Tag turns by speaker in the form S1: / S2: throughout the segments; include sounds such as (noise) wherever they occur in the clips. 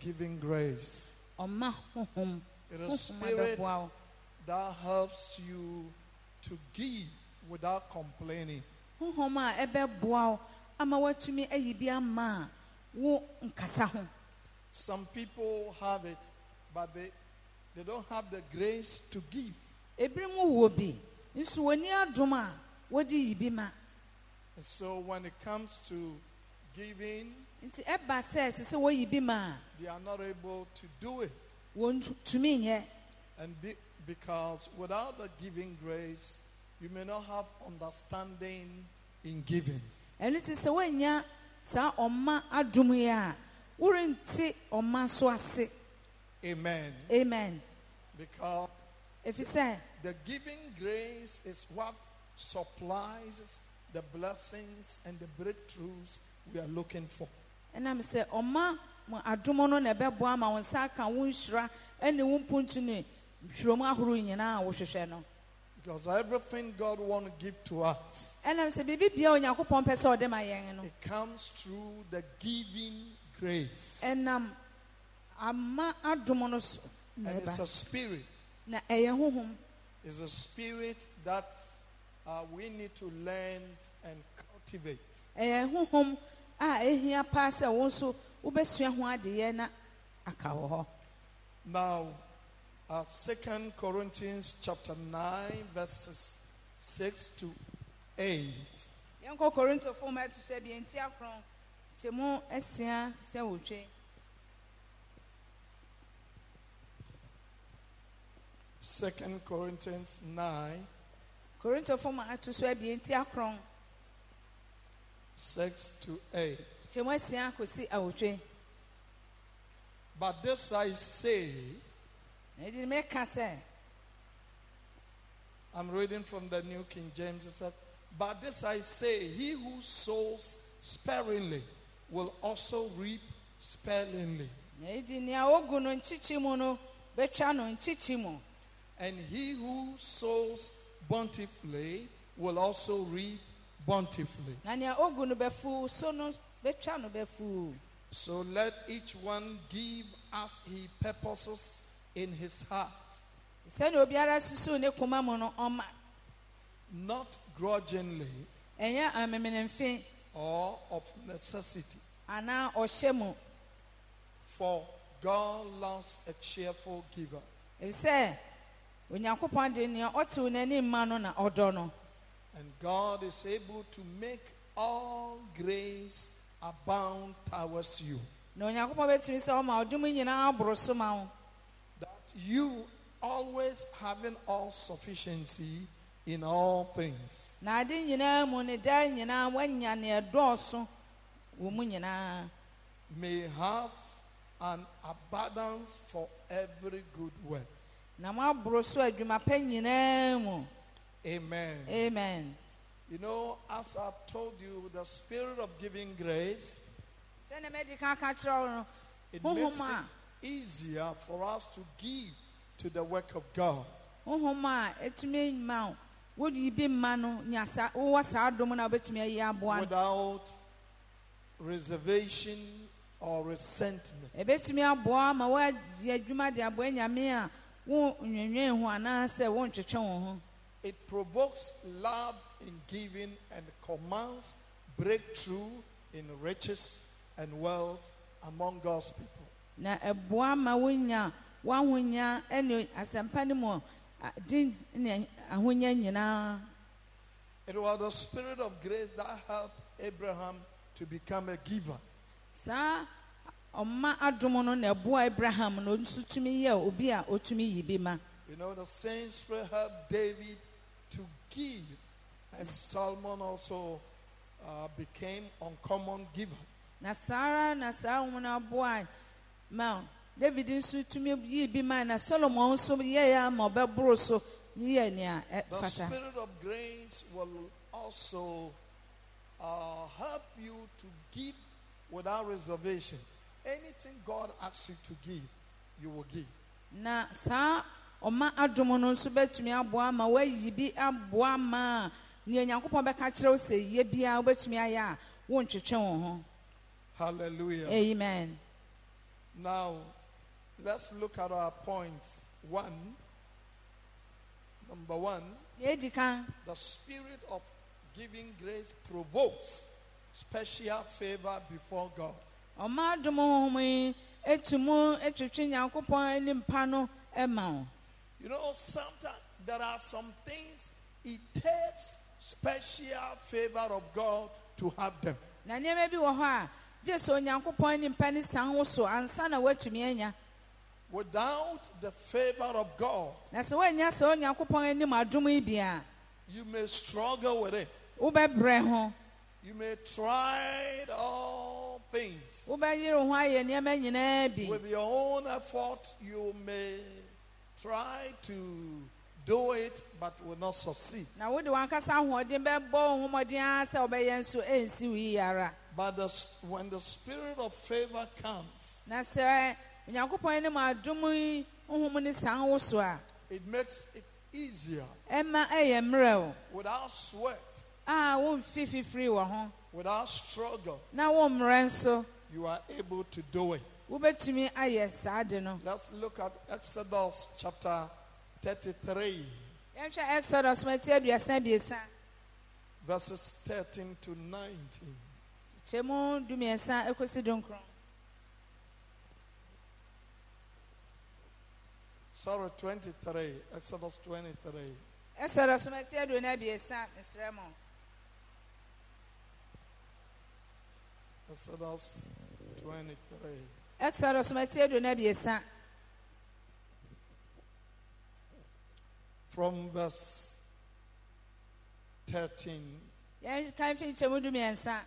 S1: giving grace.
S2: ɔma honhom
S1: It is
S2: honhom
S1: spirit
S2: adɔboa wo
S1: that helps you to give without complaining.
S2: honhom a ɛbɛboa wo ama woatumi ayi bi ama a wo nkasa ho
S1: Some people have it, but they, they don't have the grace to give.
S2: ebinom wɔ bi nso wɔni adom a wɔde yi bi ma
S1: And so when it comes to giving,
S2: nti ɛba sɛ ɛsɛ sɛ wɔyi bi ma a
S1: they are not able to do it.
S2: wɔntumi nyɛ
S1: And be, because without the giving grace, you may not have understanding in giving.
S2: ɛno nti sɛ woanya saa ɔma adom yi a worente ɔma so ase
S1: Amen.
S2: amen
S1: Because
S2: ɛfiri sɛ
S1: the giving grace is what supplies the blessings and the breakthroughs we are looking for.
S2: ɛnam sɛ ɔma mo adom no na ɛbɛboa ma wo nsa aka wo nhyira ɛne wo mpontu ne hwurom ahorow nyinaa a wohwehwɛ no
S1: Because everything God wants to give to us,
S2: ɛnam sɛ biribibia a onyankopɔn pɛ sɛ ɔde ma yɛn no
S1: it comes through the giving grace.
S2: ɛnam ama adom no so na
S1: And it's a
S2: ɛba
S1: spirit.
S2: na ɛyɛ honhom
S1: It's a spirit that uh, we need to learn and cultivate.
S2: ɛyɛ honhom a ɛhia paa sɛ wo nso wobɛsua ho adeɛ na aka wɔ hɔ
S1: Now, uh, 2 Corinthians chapter 9, verses 6 to 8.
S2: yɛnkɔ korintofo ma ɛto so abien ti akron kyɛmu asia sɛ wotwe
S1: Second Corinthians 9,
S2: korintofo ma ɛto so abien ti akron
S1: 6 to 8.
S2: kyɛmu asia kɔsi awotwe
S1: But this I say,
S2: na ɛdi ne mɛka sɛ
S1: I'm reading from the New King James. It says, But this I say, he who sows sparingly will also reap sparingly,
S2: na ɛdi nea ogu no nkyikyi mu no bɛtwa no nkyikyi mu
S1: and he who sows bountifully will also reap bountifully.
S2: na nea ogu no bɛfu so no bɛtwa no bɛfu
S1: So let each one give as he purposes in his heart,
S2: sɛnea obiara susu ne koma mu no ɔma
S1: not grudgingly
S2: ɛnyɛ amemenemfe
S1: or of necessity.
S2: anaa ɔhyɛ mu
S1: For God loves a cheerful giver.
S2: efisɛ onyankopɔn de nea ɔte wo n'anim ma no na ɔdɔ no
S1: And God is able to make all grace abound towards you,
S2: na onyankopɔn bɛtumi sɛ ɔma ɔdom nyinaa aboro so ma wo
S1: that you always having all sufficiency in all things,
S2: na ade nyinaa mu ne daa nyinaa woanya ne ɛdɔɔso wɔ mu nyinaa
S1: may have an abundance for every good work.
S2: na moaboro so adwuma pa nyinaa mu
S1: Amen.
S2: amen
S1: You know, as I've told you, the spirit of giving grace,
S2: sɛne mɛdi ka ka kyerɛ wo no
S1: it makes
S2: honhom a
S1: it easier for us to give to the work of God.
S2: honhom a ɛtumi ma wo wodi bi mma no nya saa wowɔ saa dom no a wobɛtumi ayi aboa no
S1: without reservation or resentment.
S2: ɛbɛtumi aboa ma woayɛ adwuma de aboa nyame a wo nwinwen ho anaasɛ wontwetwe wo ho
S1: It provokes love in giving and commands breakthrough in riches and wealth among God's people.
S2: na ɛboa ma wonya woahonya ɛne asɛmpa no mu a- din ne ahonya nyinaa
S1: It was the spirit of grace that helped Abraham to become a giver.
S2: saa ɔma adom no na ɛboa abraham na ɔnso tumi yɛ obi a ɔtumi yi bi ma
S1: You know, the saints will help David to give, and Solomon also uh, became uncommon giver.
S2: na saa ara na saa ho no aboa ma david nso tumi yi bi ma na solomon nso yɛɛ ama ɔbɛboro so yɛ nea
S1: The
S2: ɛfata
S1: spirit of grace will also uh, help you to give without reservation. Anything God asks you to give, you will give.
S2: na saa ɔma adom no nso bɛtumi aboa ma woayi bi aboa ma a nea onyankopɔn bɛka kyerɛ wo sɛ yɛ biara wobɛtumi ayɛ a wontwetwe wo ho
S1: Hallelujah.
S2: amen
S1: Now, let's look at our points. One, number one,
S2: Deɛ edi kan
S1: the spirit of giving grace provokes special favor before God.
S2: ɔmaa dom honhom yi etu mu etwitwi nyankopɔn anim pa no ɛma wo
S1: You know, sometimes there are some things it takes special favor of God to have them.
S2: na nneɛma bi wɔ hɔ a gye sɛ onyankopɔn anim pa ne san wo so ansa na woatumi anya
S1: Without the favor of God,
S2: na sɛ woanya sɛ onyankopɔn anim adom yi bi a
S1: you may struggle with it.
S2: wobɛbrɛ ho
S1: You may try all things.
S2: wobɛyere wo ho ayɛ nneɛma nyinaa bi
S1: With your own effort, you may try to do it but will not succeed.
S2: na wode wankasa ahoɔden bɛbɔ wo homɔden ara sɛ wobɛyɛ nso ɛnsi wo yie ara
S1: But the, s- when the spirit of favor comes,
S2: na sɛ onyankopɔn anim adom yi wohom ne san wo so a
S1: it makes it easier
S2: ɛma ɛyɛ mmerɛ wo
S1: without sweat,
S2: a womfi fifiri wɔ ho
S1: without struggle.
S2: na wommrɛ nso
S1: You are able to do it.
S2: wobɛtumi ayɛ saa de no
S1: Let's look at Exodus chapter 33,
S2: yɛhwɛ exodus mati aduasa biesa
S1: verses 13 to 19.
S2: kyɛmu dumiɛnsa ɛkɔsi dunkron
S1: Sorry, 23. Exodus 23.
S2: exodus mati aduonu abiesa mesrɛ mo
S1: Exodus 23.
S2: exodus mati aduonu abiesa
S1: From verse 13.
S2: yɛnka mfi kyɛmu dumiɛnsa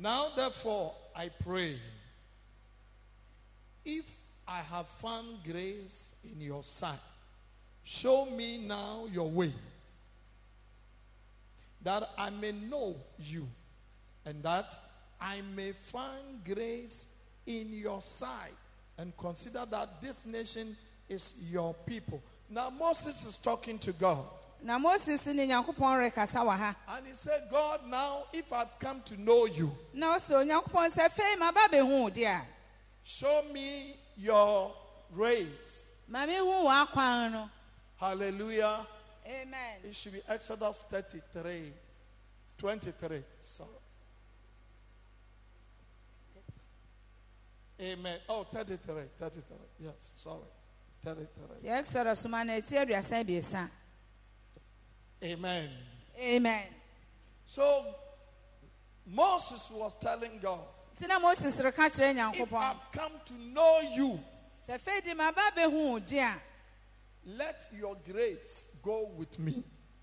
S1: Now, therefore, I pray, if I have found grace in your sight, show me now your way, that I may know you, and that I may find grace in your sight, and consider that this nation is your people. Now, Moses is talking to God.
S2: na moses ne nyankopɔn rekasa wɔ ha
S1: And he said, God, now if I've come to know you,
S2: na ɔsɛ onyankopɔn sɛ fei maba bɛhu wo de a
S1: show me your race.
S2: ma mehu w'akwan no
S1: Hallelujah.
S2: amen
S1: It should be Exodus 33, 23. Sorry. Amen. Oh, 33, 33. Yes, sorry. 33.
S2: ti exodus ma na ɛti aduasa biesa
S1: Amen.
S2: amen
S1: So, Moses was telling God,
S2: nti na moses reka kyerɛ
S1: if
S2: nyankopɔn
S1: I've come to know you,
S2: sɛ fei de maba bɛhu wo de a
S1: let your grace go with me.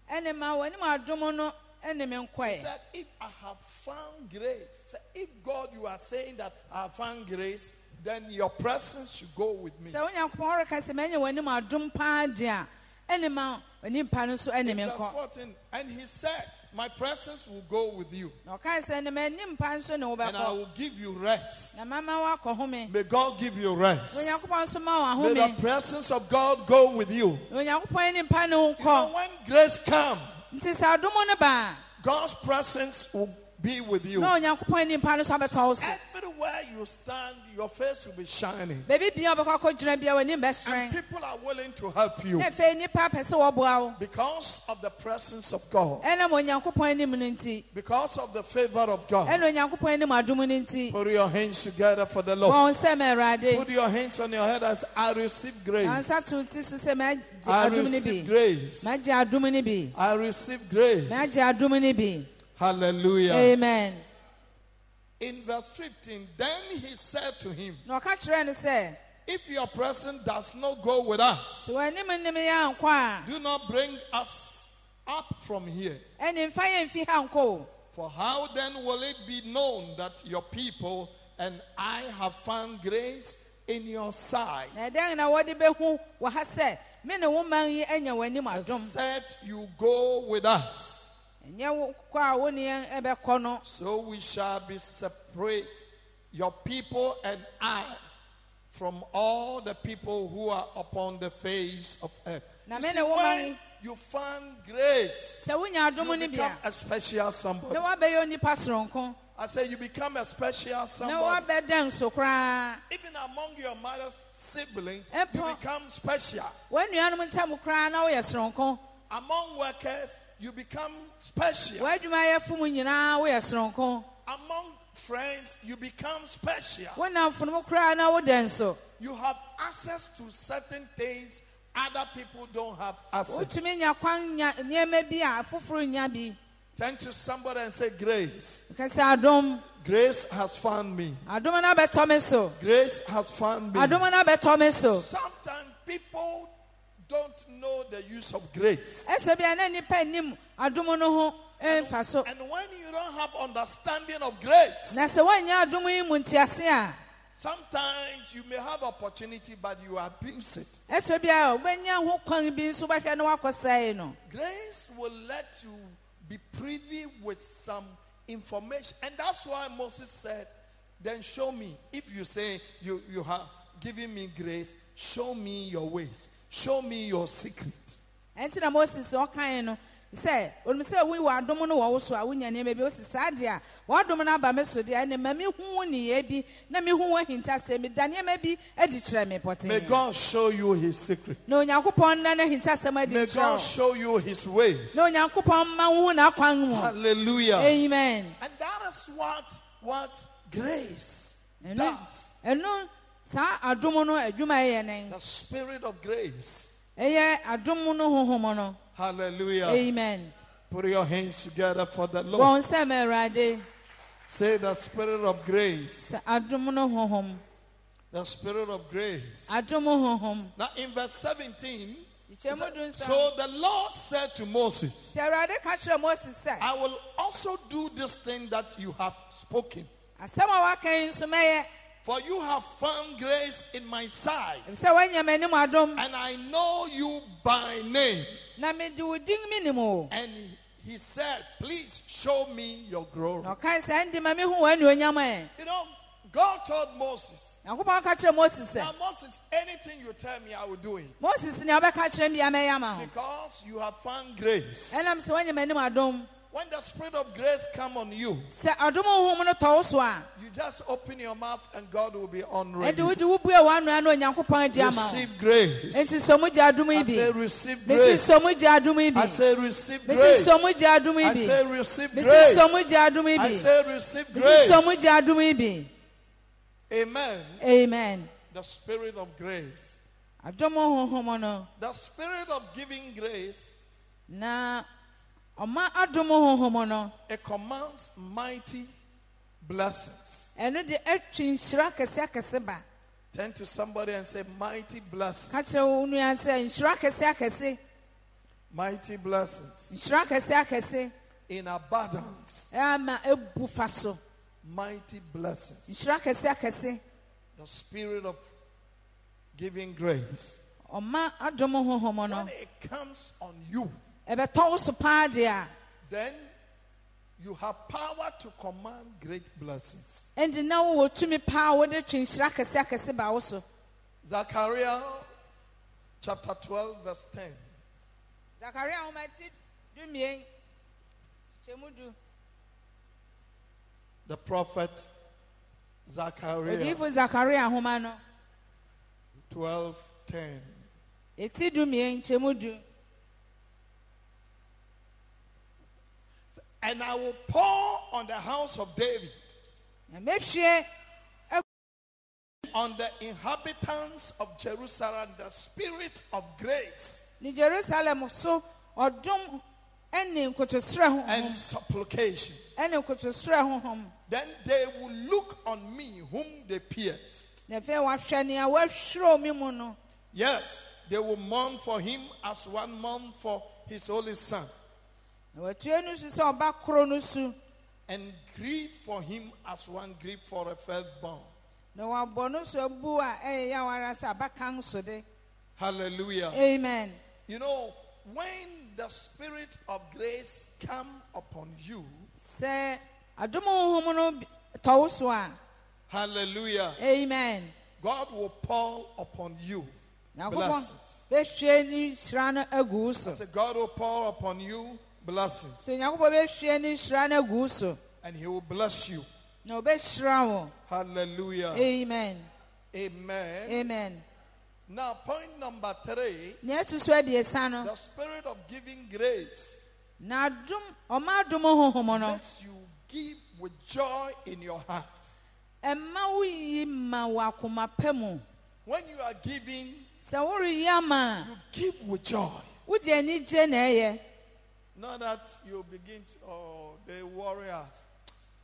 S2: ɛne ma w'anim adom no ɛne me
S1: He
S2: nkɔe
S1: said, If I have found grace, say, if God, you are saying that I have found grace, then your presence should go with me.
S2: sɛ onyankopɔn reka sɛ manya w'anim adom paa de a ɛne ma onipa no so ɛne
S1: In
S2: me
S1: verse
S2: nkɔ
S1: 14, and he said, My presence will go with you,
S2: na ɔkae sɛ ne m'anim pa nso ne
S1: and I
S2: wobɛkɔ
S1: will give you rest.
S2: na mama woakɔ home
S1: May God give you rest.
S2: onyankopɔn nso ma
S1: May
S2: wo
S1: the
S2: ahome
S1: presence of God go with you.
S2: na onyankopɔn anim pa ne wo
S1: You know,
S2: nkɔ
S1: when grace comes,
S2: nti sɛ adom no baa
S1: God's presence will be with you.
S2: na onyankopɔn anim pa no so abɛtɔ wo so
S1: Everywhere you stand, your face will be shining,
S2: baabi bia a wobɛkɔ akɔgyina bia w'anim
S1: and
S2: bɛhyerɛn
S1: people are willing to help you
S2: na afei nnipa pɛ sɛ wɔboa wo
S1: because of the presence of God.
S2: ɛnam onyankopɔn anim no nti
S1: Because of the favor of God,
S2: ɛna onyankopɔn anim adom no nti
S1: put your hands together for the Lord.
S2: wɔn nsɛm awurade
S1: Put your hands on your head as I receive grace.
S2: ansa to ti so sɛ magye
S1: I
S2: adom no
S1: receive
S2: bi
S1: grace.
S2: magye adom no bi
S1: I receive grace.
S2: magye adom no bi
S1: Hallelujah.
S2: amen
S1: In verse 15, then he said to him,
S2: na ɔka kyerɛɛ no sɛ
S1: If your presence does not go with us,
S2: sɛ w'anim nim yɛ ankɔ a
S1: do not bring us up from here.
S2: ɛne mfa yɛ mfi ha nkɔ o
S1: For how then will it be known that your people and I have found grace in your sight?
S2: na ɛdɛn na wɔde bɛhu wɔ ha sɛ me ne wo man yi anya w'anim adom
S1: Except you go with us.
S2: ɛnyɛ wo kɔ a wo ne yɛn ɛbɛkɔ no
S1: So we shall be separate, your people and I, from all the people who are upon the face of earth.
S2: Na
S1: You
S2: me
S1: see,
S2: ne wo
S1: when
S2: man-
S1: you find grace.
S2: sɛ wonya adom
S1: You
S2: no
S1: become
S2: bia
S1: a special
S2: na
S1: somebody.
S2: woabɛyɛ onipa soronko
S1: I say you become a special
S2: na
S1: somebody.
S2: woabɛdɛn so koraa
S1: Even among your mother's siblings,
S2: Eh,
S1: you
S2: po-
S1: become special.
S2: w'anuanom ntam koraa na woyɛ soronko
S1: Among workers, you become special.
S2: w'adwumayɛfo mu nyinaa woyɛ soronko
S1: Among friends, you become special.
S2: wo nnamfonom koraa na wodɛn so
S1: You have access to certain things other people don't have access.
S2: wotumi nya kwan nya nneɛma bi a afoforɔ nya bi
S1: Turn to somebody and say, Grace.
S2: ka sɛ adom
S1: Grace has found me.
S2: adom no bɛtɔ me so
S1: Grace has found me.
S2: adom no bɛtɔ me so
S1: Sometimes people don't know the use of grace.
S2: ɛsɛ bia na nnipa nnim adom no ho mfa so
S1: And when you don't have understanding of grace,
S2: na sɛ woanya adom yi mu ntease a
S1: sometimes you may have opportunity, but you abuse it.
S2: ɛsɛ bia wobɛnya ho kwan bi nso wobɛhwɛ na woakɔsɛe no
S1: Grace will let you be privy with some information. And that's why Moses said, Then show me. If you say you, you have given me grace, show me your ways, show me your secret.
S2: ɛnti na moses ɔkae no sɛ onim sɛ wo wɔ adom no wɔ wo so a wonya nneɛma bi wosi saa deɛ a w'adom no aba me so deɛ ɛne ma mehu wo nneyɛɛ bi na mehu wo ahintasɛm meda nneɛma bi adi kyerɛ me
S1: May
S2: pɔtee
S1: God show you his secret.
S2: na onyankopɔn nna no ahintasɛm adi
S1: May
S2: nkyerɛ
S1: God
S2: wo.
S1: show you his ways.
S2: na onyankopɔn ma wo hu n'akwan mu
S1: Hallelujah.
S2: amen
S1: And that is what what grace
S2: ɛno
S1: does.
S2: ɛno saa adom no adwuma ɛyɛ ne
S1: The spirit of grace.
S2: ɛyɛ adom no honhom no
S1: Hallelujah.
S2: amen
S1: Put your hands together for the Lord.
S2: wɔn nsɛm awurade
S1: Say the spirit of grace.
S2: sɛ adom no honhom
S1: The spirit of grace.
S2: adom honhom
S1: Now in verse 17,
S2: Nkyɛmu
S1: it says,
S2: dunson.
S1: so the Lord said to Moses,
S2: sɛ awurade ka kyerɛ mose sɛ
S1: I will also do this thing that you have spoken.
S2: asɛm a woaka yi nso mɛyɛ
S1: For you have found grace in my sight,
S2: efisɛ woanya m'anim adom
S1: and I know you by name.
S2: na mede wo din menim o
S1: And he said, Please show me your glory.
S2: na ɔkae sɛ ɛnde ma mehu w'anuonyam ɛ
S1: You know, God told Moses,
S2: nyankopɔn ka kyerɛ mose
S1: Now,
S2: sɛ
S1: Moses, anything you tell me, I will do it.
S2: moses nea wobɛka kyerɛ mbia mɛyɛ ama ho
S1: Because you have found grace.
S2: ɛnam sɛ woanya m'anim adom
S1: When the spirit of grace come on you,
S2: sɛ adom honhom no tɔ wo so a
S1: you just open your mouth and God will be honoring
S2: ɛde
S1: you.
S2: wode wo bue w'anoa na onyankopɔn adi ama wo
S1: Receive grace.
S2: enti sɛ mo gye adom yi
S1: I say,
S2: bi
S1: receive
S2: mesi
S1: grace.
S2: sɛ mo gye adom yi bi
S1: I say, receive
S2: mesi
S1: grace.
S2: sɛ mo gye adom yi
S1: I
S2: bi
S1: say, receive
S2: mesi
S1: grace.
S2: sɛ mo gye adom yi
S1: I
S2: bi
S1: say, receive
S2: mesi sɛ mo
S1: grace.
S2: gye adom yi bi
S1: Amen.
S2: amen
S1: The spirit of grace.
S2: adom honhom no
S1: The spirit of giving grace
S2: na ɔma adom honhom no
S1: it commands mighty blessings.
S2: ɛno de atwi nhyira akɛseakɛse ba
S1: Turn to somebody and say, Mighty blessings,
S2: ka kyerɛ wo nua sɛ nhyira akɛseakɛse
S1: mighty blessings
S2: nhyira akɛseakɛse
S1: in abundance,
S2: ama ebu fa so
S1: mighty blessings.
S2: nhyira akɛseakɛse
S1: The spirit of giving grace.
S2: ɔma adom honhom
S1: When
S2: no
S1: it comes on you,
S2: ɛbɛtɔ wo so paa deɛ a
S1: then you have power to command great blessings.
S2: ɛnti na wowɔ tumi paa a wode twe nhyira akɛseakɛse ba wo so
S1: Zechariah chapter 12, verse 10.
S2: zakaria ahomati dumien kyekyɛmu du
S1: The prophet Zechariah
S2: odiyifo zakaria ahoma no
S1: 12, 10.
S2: eti dumien kyɛmu du
S1: And I will pour on the house of David
S2: na mehwie
S1: on the inhabitants of Jerusalem the spirit of grace
S2: ne jerusalem so ɔdom ɛne nkotosrɛ
S1: and
S2: honhom
S1: supplication.
S2: ɛne nkotosrɛ honhom
S1: Then they will look on me whom they pierced.
S2: na afei wahwɛ nea wahwerɛw me mu no
S1: Yes, they will mourn for him as one mourn for his only son,
S2: na watue no su sɛ ɔba koro no su
S1: and grieve for him as one grieve for a firstborn.
S2: na wabɔ no so abu a ɛyɛ yɛ awara sɛ abakan so de
S1: Hallelujah.
S2: amen
S1: You know, when the spirit of grace come upon you,
S2: sɛ adom honhom no bi- tɔ wo so a
S1: hallelujah,
S2: amen
S1: God will pour upon you
S2: nyankopɔn
S1: Blessings.
S2: bɛhwie ne nhyira no agu wo so
S1: I say, God will pour upon you blessings
S2: so nyankopɔn bɛhwie ne nhyira no agu wo so
S1: and He will bless you.
S2: na ɔbɛhyira wo
S1: Hallelujah.
S2: amen
S1: Amen.
S2: amen
S1: Now, point number three
S2: nea ɛto so abiɛsa no
S1: the spirit of giving grace
S2: na adom ɔma adom honhom no
S1: makes you give with joy in your heart.
S2: ɛma wo yi ma wɔ akoma pa mu
S1: When you are giving,
S2: sɛ woreyi ama
S1: you give with joy.
S2: a wogye anigye na ɛyɛ
S1: Not that you begin to, oh, they worry us.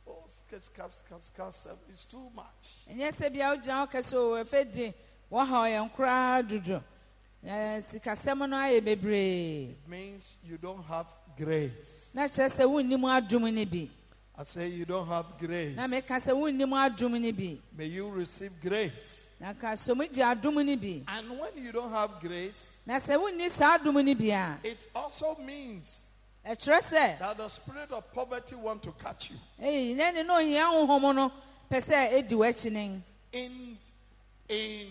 S1: Oh, skas, skas, skas, skas, it's too much.
S2: ɛnyɛ sɛ bia wogyina wo kɛ sɛ ɔwɔ ɛfɛ di wɔha ɔyɛn koraa dodo na sikasɛm no ayɛ bebree
S1: It means you don't have grace.
S2: na kyerɛ sɛ wonnim adom no bi
S1: I say you don't have grace.
S2: na meka sɛ wonnim adom no bi
S1: May you receive grace.
S2: na nka so mogye adom no bi
S1: And when you don't have grace,
S2: na sɛ wonni saa adom no bi a
S1: it also means
S2: ɛkyerɛ sɛ
S1: that the spirit of poverty want to catch you.
S2: ɛyi nɛ ne na ohia honhom no pɛ sɛ ɛdi w'akyi nen
S1: In in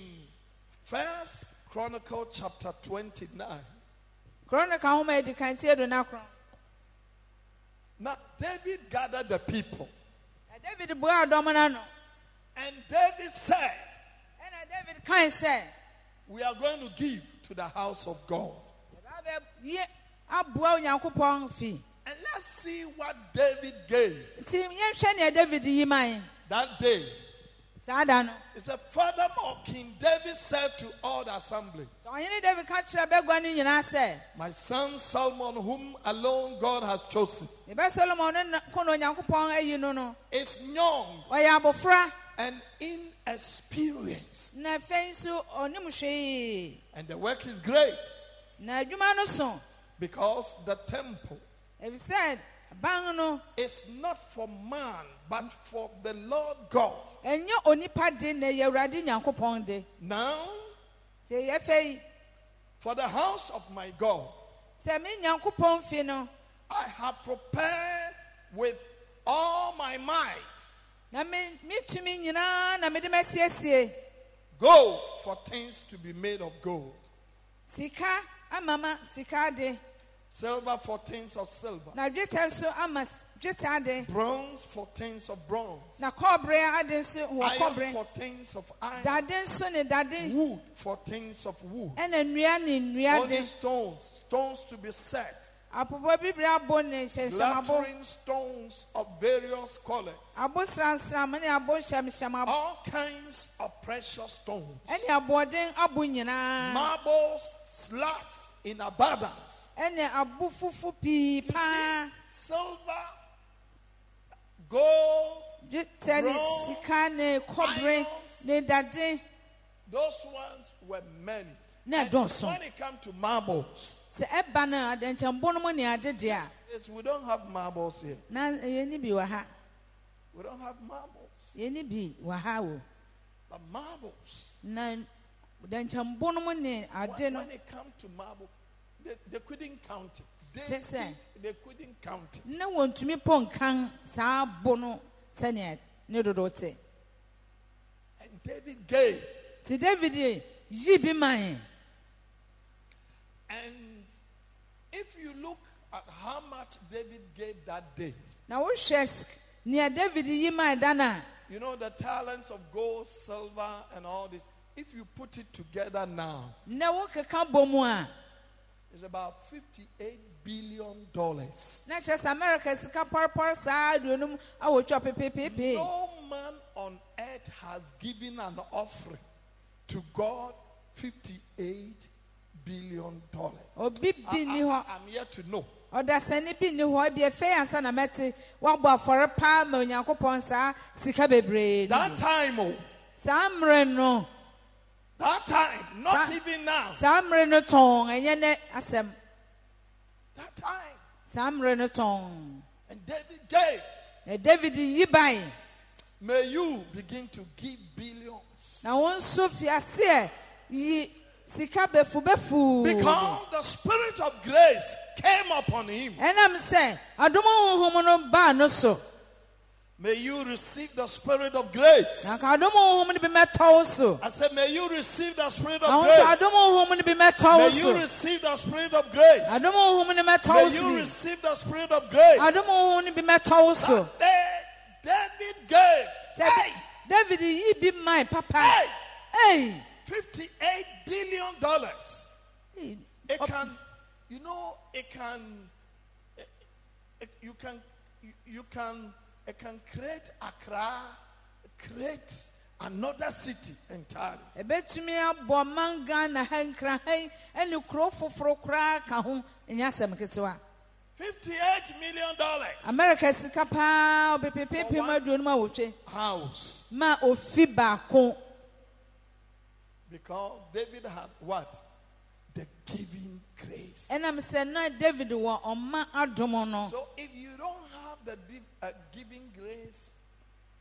S1: First Chronicle chapter 29.
S2: kronika homa a ɛdi kan tie do n'akoro
S1: Now David gathered the people
S2: na david bua dɔm n'ano
S1: and David said,
S2: ɛna david kan sɛ
S1: We are going to give to the house of God.
S2: ɛbaa bɛ yie aboa onyankopɔn fi
S1: And let's see what David gave
S2: nti yɛnhwɛ nea david yi man
S1: that day.
S2: saa da no
S1: He said, Furthermore, King David said to all the assembly,
S2: sɛ ɔhene david ka kyerɛ bɛgua no nyinaa sɛ
S1: My son Solomon, whom alone God has chosen,
S2: ne bɛ solomon no na- ko na onyankopɔn ayi no no
S1: is young
S2: ɔyɛ abofra
S1: and inexperienced,
S2: na afei nso ɔnim hwee
S1: and the work is great
S2: na adwuma no so
S1: because the temple
S2: efisɛ ban no
S1: is not for man but for the Lord God.
S2: ɛnyɛ onipa de na ɛyɛ awurade nyankopɔn de
S1: Now,
S2: nti yɛfɛ yi
S1: for the house of my God,
S2: sɛ me nyankopɔn fi no
S1: I have prepared with all my might
S2: na me me tumi nyinaa na mede masiesie
S1: gold for things to be made of gold,
S2: sika ama ma sika ade
S1: silver for things of silver,
S2: na dwetɛ nso ama s- dwetɛ ade
S1: bronze for things of bronze,
S2: na kɔbere ade nso wɔ
S1: iron
S2: kɔbere
S1: for things of iron,
S2: dade nso ne dade
S1: wood for things of wood.
S2: ɛna nnua ne nnua
S1: Only
S2: de
S1: stones, stones to be set,
S2: apopɔ bibire abo ne nhyɛnhyɛmabo
S1: glittering stones of various colors,
S2: abo sransram ne abo hyɛmhyɛmabo
S1: all kinds of precious stones,
S2: ɛne aboɔden abo nyinaa
S1: marbles, slabs in abundance,
S2: ɛne abo fufu pii paa
S1: silver, gold.
S2: dwetɛ ne
S1: Bronze,
S2: sika ne kɔbere
S1: irons.
S2: ne dade
S1: Those ones were many.
S2: na
S1: And
S2: ɛdɔɔso.
S1: When it comes to marbles,
S2: sɛ ɛba no adɛnkyɛmbo no mu ne ade deɛ a
S1: it's- we don't have marbles here.
S2: na yɛni bi wɔ ha
S1: We don't have marbles.
S2: yɛni bi wɔ ha o
S1: But marbles,
S2: na dɛnkyɛmbo no mu ne ade
S1: when,
S2: no
S1: when it comes to marble, they, they couldn't count it. They,
S2: Just say.
S1: did- they couldn't count it.
S2: na wɔntumi pɔ nkan saa bo no sɛnea ne dodo te
S1: And David gave.
S2: nti david yi, yi bi mae
S1: And if you look at how much David gave that day,
S2: na wohwɛ sik- nea david yi mae da no a
S1: you know, the talents of gold, silver, and all this, if you put it together now,
S2: na wokeka bɔ mu a
S1: it's about $58 billion.
S2: na kyerɛ sɛ amerika sika pɔrepɔre saa aduonum awotwa pepepepe
S1: No man on earth has given an offering to God 58 billion dollars.
S2: obi
S1: I,
S2: bi nni hɔ
S1: am here to know.
S2: ɔdasani bi ni hɔ ebi efe ansa na mɛte wabɔ afɔre paa ma onyankopɔn saa sika bebree no
S1: That
S2: bi.
S1: time, oh,
S2: saa mmerɛ no
S1: that time, not
S2: Sa-
S1: even now.
S2: saa mmerɛ no tɔn ɛnyɛ nɛ asɛm
S1: That time.
S2: saa mmerɛ no tɔn
S1: And David gave.
S2: na david yi bae
S1: May you begin to give billions.
S2: na wɔn nso fiaseɛ yi sika bɛfu bɛfu
S1: Because the spirit of grace came upon him.
S2: ɛnam sɛ adum huhum no baa no so
S1: May you receive the spirit of grace.
S2: na nka adom honhom no bi mɛtɔ wo so
S1: I said, may you receive the spirit
S2: na
S1: of
S2: wo nso
S1: grace.
S2: adom honhom no bi mɛtɔ wo
S1: May you
S2: so
S1: receive the spirit of grace.
S2: adom honhom no mɛtɔ wo
S1: May you
S2: so bi
S1: receive the spirit of grace.
S2: adom honhom no bi mɛtɔ wo so
S1: That day David gave
S2: sɛ
S1: hey,
S2: david yi bi mae papa
S1: hey,
S2: ei
S1: 58 billion dollars.
S2: ei,
S1: It
S2: ɔp-
S1: can, you know, it can, it- it- you can, you, you can, it can create Accra, create another city entirely.
S2: ɛbɛtumi abɔ man ghana ha nkra ha ɛne kuro foforɔ koraa ka ho ɛnyɛ asɛm ketewa
S1: 58 million dollars
S2: amerika sika paa ɔbɛpepepem aduonum a wɔtwe
S1: house
S2: ma ofi baako
S1: because David had what? The giving grace.
S2: ɛnam sɛ na david wɔ ɔma adom no
S1: So if you don't have the div- uh, giving grace,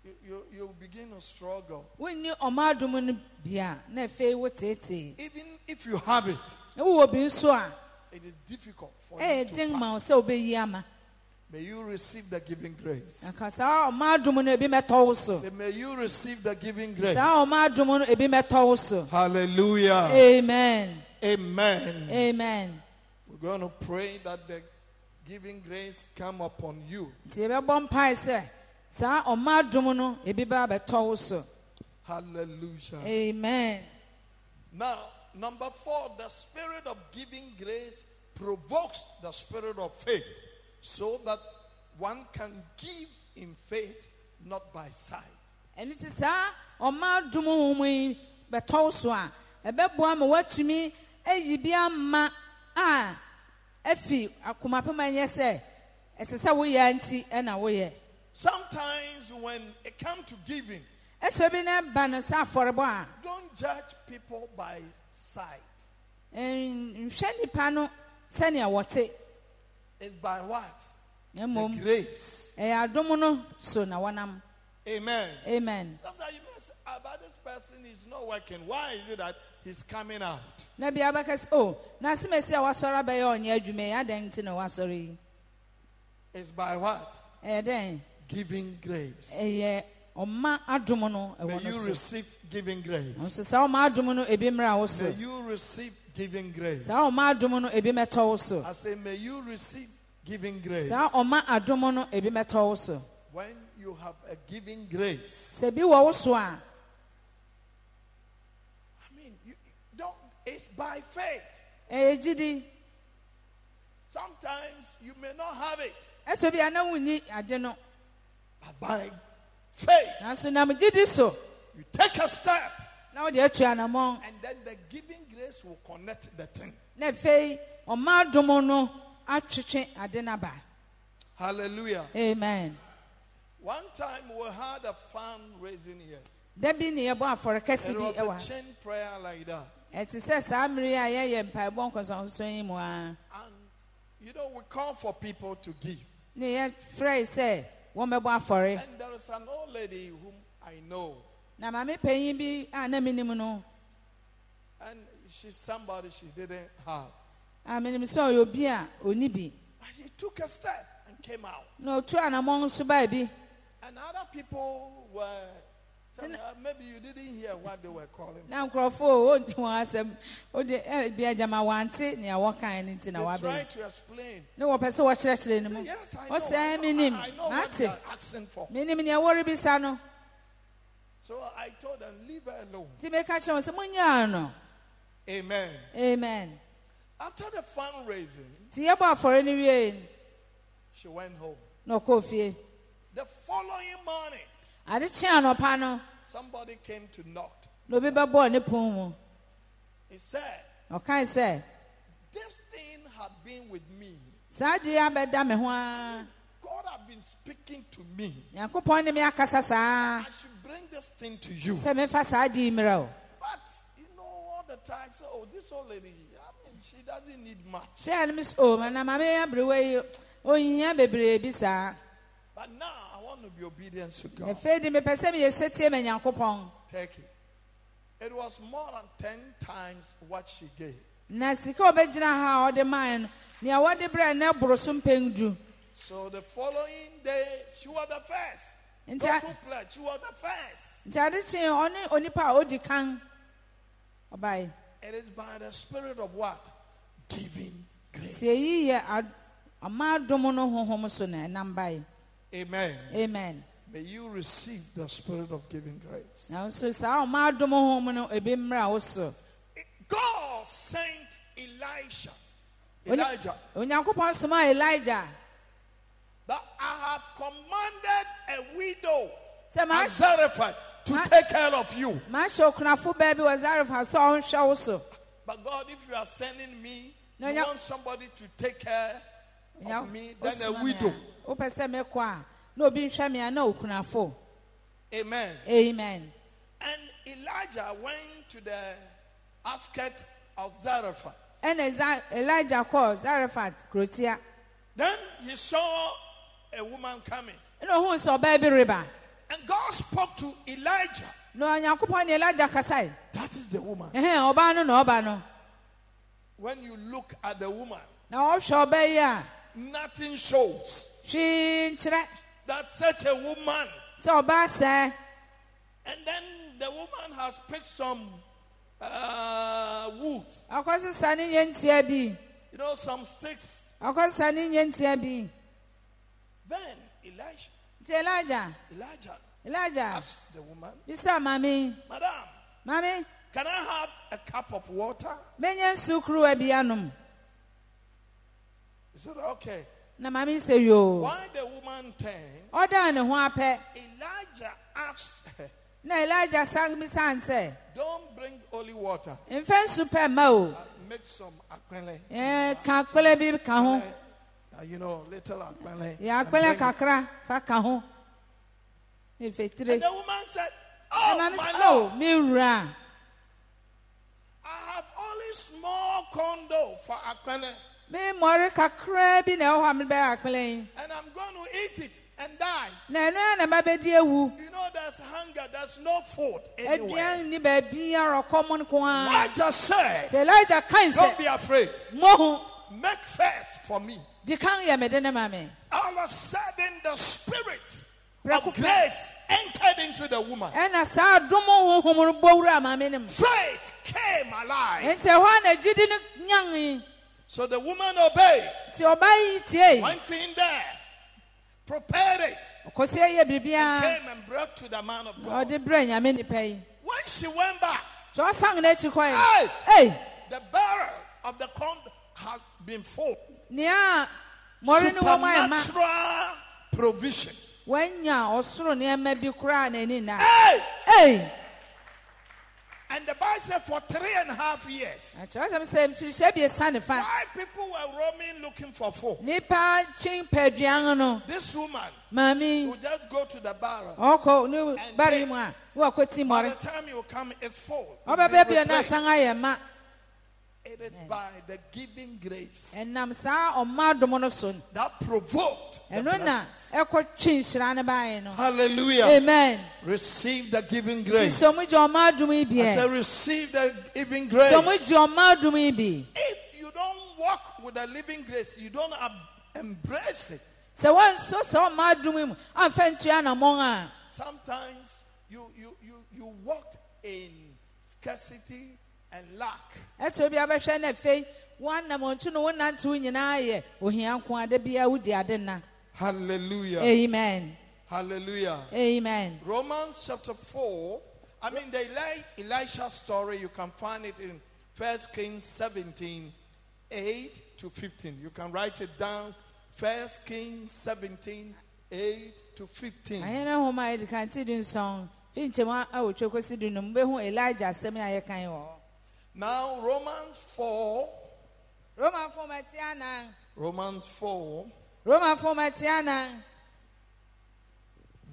S1: you, you, you begin to struggle.
S2: wonni ɔma adom no bia na afei woteetee
S1: Even if you have it,
S2: na wowɔ bi nso a
S1: it is difficult for you
S2: ɛyɛ
S1: to
S2: den
S1: pass.
S2: ma wo sɛ wobɛyi ama
S1: May you receive the giving grace.
S2: nka saa ɔma adom no ebi mɛtɔ wo so
S1: Say, may you receive the giving grace.
S2: saa ɔma adom no ebi mɛtɔ wo so
S1: Hallelujah.
S2: amen
S1: Amen.
S2: amen
S1: We're going to pray that the giving grace come upon you.
S2: nti yɛbɛbɔ mpae sɛ saa ɔma adom no ebi bɛa bɛtɔ wo so
S1: Hallelujah.
S2: amen
S1: Now, number four, the spirit of giving grace provokes the spirit of faith so that one can give in faith, not by sight.
S2: ɛno nti saa ɔma adom homu yi bɛtɔ wo so a ɛbɛboa ma woatumi ayi bi ama a afi akoma pema nyɛ sɛ ɛsɛ sɛ woyɛ nti ɛna woyɛ
S1: Sometimes, when it comes to giving,
S2: ɛsɛ bi no ba no sɛ afɔrebɔ a
S1: don't judge people by sight,
S2: ɛn- nhwɛ nnipa no sɛnea wɔte
S1: it's by what? The
S2: na mmom
S1: grace.
S2: ɛyɛ adom no so na wɔnam
S1: Amen.
S2: amen
S1: Sometimes you may say, about this person is not working. Why is it that he's coming out?
S2: na bia bɛka sɛ o na asemasi a wasɔre abɛyɛ ɔnyɛ adwuma yi adɛn nti na wasɔre yi
S1: It's by what?
S2: ɛyɛ dɛn
S1: Giving grace.
S2: ɛyɛ ɔma adom no
S1: May
S2: ɛwɔ no
S1: you
S2: so
S1: receive giving grace.
S2: nso saa ɔma adom no ebi mmerɛ wo so
S1: May you receive giving grace.
S2: saa ɔma adom no ebi mɛtɔ wo so
S1: I say, may you receive giving grace.
S2: saa ɔma adom no ebi mɛtɔ wo so
S1: When you have a giving grace,
S2: sɛ bi wɔ wo so a
S1: I mean, you you don't. It's by faith.
S2: ɛyɛ gyidi
S1: Sometimes you may not have it,
S2: ɛsɛ bi a na wonni ade no
S1: but by faith,
S2: nanso nam gyidi so
S1: you take a step,
S2: na wode atu anammɔn
S1: and then the giving grace will connect the thing.
S2: na afei ɔma adom no atwetwe ade no aba
S1: Hallelujah.
S2: amen
S1: One time we had a fundraising here.
S2: da bi ne yɛbɔ afɔre kɛse
S1: It
S2: bi
S1: was
S2: ɛwɔ
S1: a
S2: ha
S1: chain prayer like that.
S2: ɛte sɛ saa mmere a yɛyɛ mpaebɔ nkɔnsɔnkɔnsɔn yi mu ara
S1: And, you know, we call for people to give.
S2: ne yɛfrɛe sɛ wɔmmɛbɔ afɔre
S1: And there is an old lady whom I know,
S2: na maame panyin bi a na menim no
S1: and she's somebody she didn't have.
S2: a menim sɛ ɔyɛ obi a ɔni bi
S1: But she took a step and came out.
S2: na ɔtu anammɔn nso baa bi
S1: And other people were telling her, maybe you didn't hear what they were calling.
S2: na nkurɔfoɔ ɔdi wɔn asɛm ɔdi ɛbi agyama wante nea wɔkan no nti na
S1: They
S2: wabɛn
S1: tried to explain.
S2: ne wɔpɛ sɛ wɔkyerɛkyerɛ no
S1: Say,
S2: mu
S1: yes, I know. I
S2: ɔsɛ
S1: know,
S2: menim
S1: I, I know what
S2: mate
S1: they're asking for.
S2: menim nea wɔrebisa no
S1: So I told them, leave her alone.
S2: nti meka kyerɛ wɔn sɛ monyaa no
S1: Amen.
S2: amen
S1: After the fundraising,
S2: nti yɛbɔ afɔre no wiei no
S1: she went home.
S2: na ɔkɔɔ fie
S1: The following morning,
S2: ade kyee anɔpa no
S1: somebody came to knock.
S2: na obi bɛbɔɔ ne pon mu
S1: He said,
S2: ɔkae sɛ
S1: This thing had been with me
S2: saa adeɛ yi abɛda me ho ara
S1: God have been speaking to me.
S2: nyankopɔn ne me akasa
S1: I
S2: saa
S1: should bring this thing to you.
S2: sɛ mefa saa ade yi mmerɛ wo
S1: But you know, all the time, so oh, this old lady, I mean, she doesn't need much.
S2: hyɛɛ no me "Oh, sɛ o mana maame aberewa yi ɔhia bebree bi saa
S1: But now I want to be obedient to God.
S2: afei de mepɛ sɛ meyɛ setie ma nyankopɔn
S1: Take it. It was more than ten times what she gave.
S2: na sika a ɔbɛgyina ha a ɔde mae no nea wɔde berɛ ne boro so mpɛn du
S1: So the following day, she was the first.
S2: nti
S1: Those
S2: a-
S1: who pledged, you were the first.
S2: nti adekye ɔne onipa a odi kan ɔbae
S1: It is by the spirit of what? Giving grace.
S2: nti eyi yɛ ad- ɔmaadom no honhom so na ɛnam bae
S1: Amen.
S2: amen
S1: May you receive the spirit of giving grace.
S2: nanso saa ɔmaadom honhom no ebi mmra wo so
S1: God sent Elisha,
S2: Only-
S1: Elijah,
S2: onyankopɔn somaa elija
S1: that I have commanded a widow
S2: sɛ
S1: at
S2: maahyɛ
S1: Zarephath to
S2: Ma-
S1: take care of you.
S2: maahyɛ okunafo baa bi wɔ zarefam sɛ ɔnhwɛ wo so
S1: But God, if you are sending me,
S2: No,
S1: you
S2: yeah.
S1: want somebody to take care
S2: Nya-
S1: of me than a
S2: osoma me
S1: widow.
S2: a, wopɛ sɛ mekɔ a na obi nhwɛ me a na okunafo
S1: Amen.
S2: amen
S1: And Elijah went to the outskirts of Zarephath.
S2: ɛna Za- elija kɔɔ zarefat kurotia
S1: Then he saw a woman coming.
S2: ɛna ohun sɛ ɔbaa bi reba
S1: And God spoke to Elijah.
S2: na onyankopɔn ne elija kasae
S1: That is the woman.
S2: ɛhɛn ɔbaa no na ɔba no
S1: When you look at the woman,
S2: na ɔhwɛ ɔbaa yi a
S1: nothing shows
S2: hwii nkyerɛ
S1: that such a woman.
S2: sɛ ɔbaa sɛɛ
S1: And then the woman has picked some uh, wood,
S2: ɔkɔsesa ne nyɛ ntia bi
S1: you know, some sticks.
S2: ɔkɔsesa ne nyɛ ntia bi
S1: Then Elijah,
S2: nti elija
S1: Elijah
S2: elija
S1: asked the woman,
S2: bisa maame
S1: Madam,
S2: maame
S1: can I have a cup of water?
S2: menya nsu kuruwa bi anom
S1: He said, Okay.
S2: na maame yi sɛ yoo
S1: Why the woman turned,
S2: ɔdan ne ho apɛ
S1: Elijah asked her,
S2: na elija san bisa n sɛ
S1: (laughs) Don't bring only water.
S2: nfɛ nsu pɛ mma o
S1: Uh, make some akwele.
S2: ɛɛ ka akpɛlɛ bi ka ho
S1: Akwele, uh, you know, little akwele.
S2: yɛ
S1: and
S2: akpɛlɛ
S1: bring it."
S2: kakra fa ka ho ne
S1: And
S2: mfetire
S1: the woman said,
S2: na
S1: Oh,
S2: maame
S1: my
S2: sɛ
S1: Lord,
S2: o mi wura
S1: I have only small condo for akwele,
S2: mi mmɔre kakra bi na ɛwɔ hɔ a mi bɛ akpɛlɛ yi
S1: and I'm going to eat it and die.
S2: na ɛnu yɛ na ma bɛ di ewu
S1: You know, there's hunger, there's no food anywhere.
S2: eduan ni baabi arɔkɔ mu nko ara
S1: Elijah said,
S2: te elija kan
S1: Don't
S2: sɛ
S1: be afraid.
S2: mohu
S1: Make fast for me.
S2: di kan yɛ mi de ne maame
S1: All of a sudden, the spirit of
S2: Preocupa-
S1: grace entered into the woman.
S2: ɛna saa adumu huhum no bɔ wura maame ne mu.
S1: Faith came alive.
S2: nti ɛhɔ a na gyidi no nyan
S1: So the woman obeyed,
S2: nti ɔbaa yi tie
S1: went in there, prepared it,
S2: ɔkɔsie yɛ biribiara
S1: came and brought to the man of
S2: na
S1: God.
S2: ɔde brɛ nyame nipa yi
S1: When she went back,
S2: nti ɔsan n'akyi kɔe
S1: Hey!
S2: ei
S1: the barrel of the condo had been full.
S2: nea mmɔre ne wɔm ayɛ ma
S1: Supernatural provision.
S2: wanya ɔsoro nneɛma bi koraa n'ani na
S1: Hey!
S2: ei
S1: And the Bible said for three and a half years,
S2: akyerɛsɛm sɛ mfirihyia abiɛsa ne fa
S1: five people were roaming looking for food.
S2: nnipa kyen pɛ aduan no
S1: This woman
S2: maame
S1: would just go to the barrel.
S2: ɔkɔ ne bare yi mu a ne wakɔti
S1: By the
S2: mmɔre
S1: time you come, it's full.
S2: ɔbɛbɛ
S1: It is
S2: bio Oh, na asan ayɛ ma
S1: It is by the giving grace
S2: ɛnam saa ɔma dom no so no
S1: that provoked. the
S2: ɛno na
S1: blessings.
S2: ɛkɔtwe nhyira no baeɛ no
S1: Hallelujah.
S2: amen
S1: Receive the giving
S2: nti
S1: grace.
S2: sɛ mogye ɔma adom yi
S1: I said,
S2: biɛ
S1: receive the giving
S2: sɛ
S1: grace.
S2: mogye ɔma adom yi bi
S1: If you don't walk with the living grace, you don't ab- embrace it.
S2: sɛ woanso sɛ ɔma adom yi mu amfa ntua anammɔn a
S1: Sometimes you you you you walk in scarcity and lack.
S2: ɛtɔ E bi abɛhwɛ no afei woanam ɔntu no wonante wo nyinaa yɛ ohia nko ada biaa wodi ade nna
S1: Hallelujah.
S2: Eh. amen
S1: Hallelujah.
S2: amen
S1: Romans chapter 4, I mean the Eli- Elisha story, you can find it in 1 Kings 17, 8 to 15. You can write it down. 1 Kings 17, 8 to 15.
S2: ahene homa a yɛdi kan ti du nson fi nkyɛm awotwe kɔsi du nom bɛhu elija asɛm a yɛkan wɔ hɔ
S1: Now, Romans 4,
S2: romafoɔ ma ti anan
S1: Romans 4,
S2: romafoɔ ma ti anan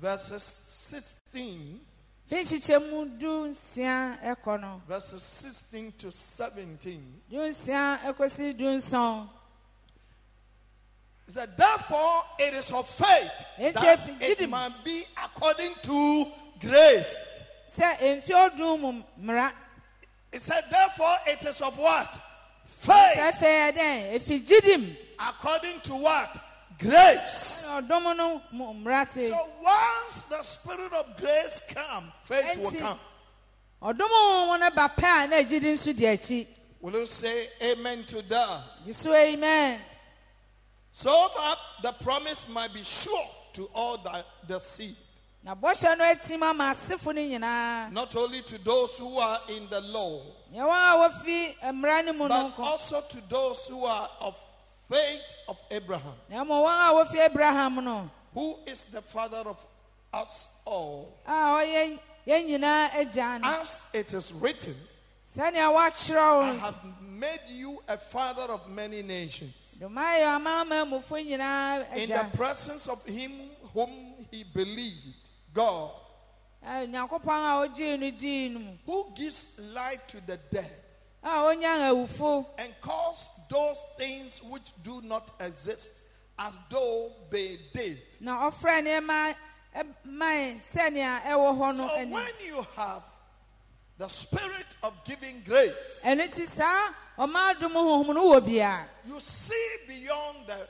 S1: verses 16,
S2: fi nkyikyɛ mu du nsia ɛkɔ no
S1: verses 16 to 17.
S2: du nsia ɛkɔsi du nson
S1: He said, Therefore, it is of faith
S2: Enti
S1: that
S2: efi-
S1: it
S2: gidim.
S1: might be according to grace.
S2: sɛ mfe odun mu mmara
S1: He said, therefore, it is of what?
S2: sɛ
S1: Faith.
S2: fɛɛ dɛn efi gyidim
S1: According to what? Grace. grace.
S2: ɔdɔm no mo- mmara te
S1: So once the spirit of grace come, faith will
S2: Enti-
S1: come.
S2: ɔdɔm honhom no ba pɛ a na agyidi nso di akyi
S1: Will you say amen to that?
S2: gye so amen
S1: So that the promise might be sure to all that the seed,
S2: na bɔhyɛ no atim ama asefo no nyinaa
S1: not only to those who are in the law,
S2: neɛ wɔn a wɔfi mmara Oh, no mu no
S1: but
S2: nko
S1: also to those who are of faith of Abraham,
S2: na mmom wɔn a wɔfi abraham no
S1: who is the father of us all.
S2: a ɔyɛ yɛn nyinaa agya no
S1: As it is written,
S2: sɛnea wɔakyerɛw
S1: I
S2: nso
S1: have made you a father of many nations.
S2: Domayɛ amaamamufo nyinaa
S1: In the
S2: agya
S1: presence of him whom he believed, God,
S2: Ɛ, Nyankopɔn a ogyii no dii no mu
S1: who gives life to the dead
S2: a onyan awufo
S1: and calls those things which do not exist as though they did.
S2: na ɔfrɛ nneɛma ɛ- mae sɛnea ɛwɔ hɔ
S1: So
S2: no
S1: when
S2: ɛne.
S1: you have the spirit of giving grace,
S2: Ɛno nti saa ɔma dom honhom no wɔ biara.
S1: you see beyond the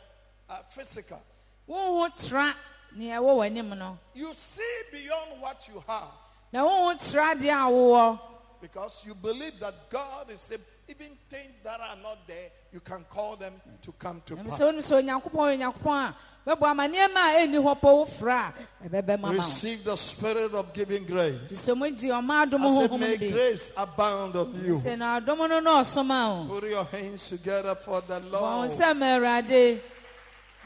S1: uh, physical.
S2: Wonhu tra nea ɛwɔ w'anim no.
S1: You see beyond what you have
S2: Na wonhu tra deɛ a wowɔ.
S1: because you believe that God is able, even things that are not there, you can call them to come to
S2: Ɛno
S1: pass.
S2: sɛ wonim sɛ Onyankopɔn yɛ Onyankopɔn a bɛboa ma nneɛma a ɛnni hɔ po wofrɛ a ɛbɛbɛ ma ma wo.
S1: Receive the spirit of giving
S2: Nti
S1: grace.
S2: sɛ mogye ɔma dom
S1: I
S2: honhom
S1: said,
S2: no
S1: may
S2: bi.
S1: grace abound on you.
S2: Sɛ na dom no na ɔsoma wo.
S1: Put your hands together for the
S2: Wɔn
S1: Lord.
S2: nsa mma Awurade.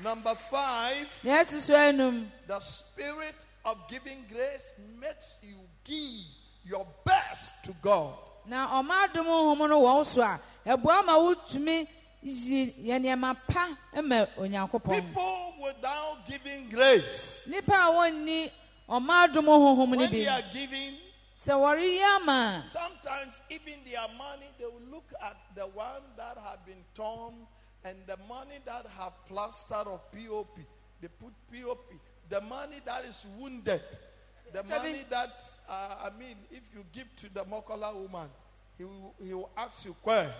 S1: Number five,
S2: Nea ɛto so anum,
S1: the spirit of giving grace makes you give your best to God.
S2: na ɔma adom honhom no wɔ wo so a, ɛboa ma wotumi yi yɛ nneɛma pa ma Onyankopɔn.
S1: People without giving grace,
S2: Nnipa a wɔnni ɔma adom honhom no
S1: when they are
S2: bi,
S1: giving,
S2: sɛ wɔreyi ama a,
S1: sometimes even their money, they will look at the one that have been torn and the money that have plaster of POP. They put POP. The money that is wounded, the
S2: Seven-
S1: money that uh, I mean, if you give to the Mokola woman, he will, he will ask you, "Where?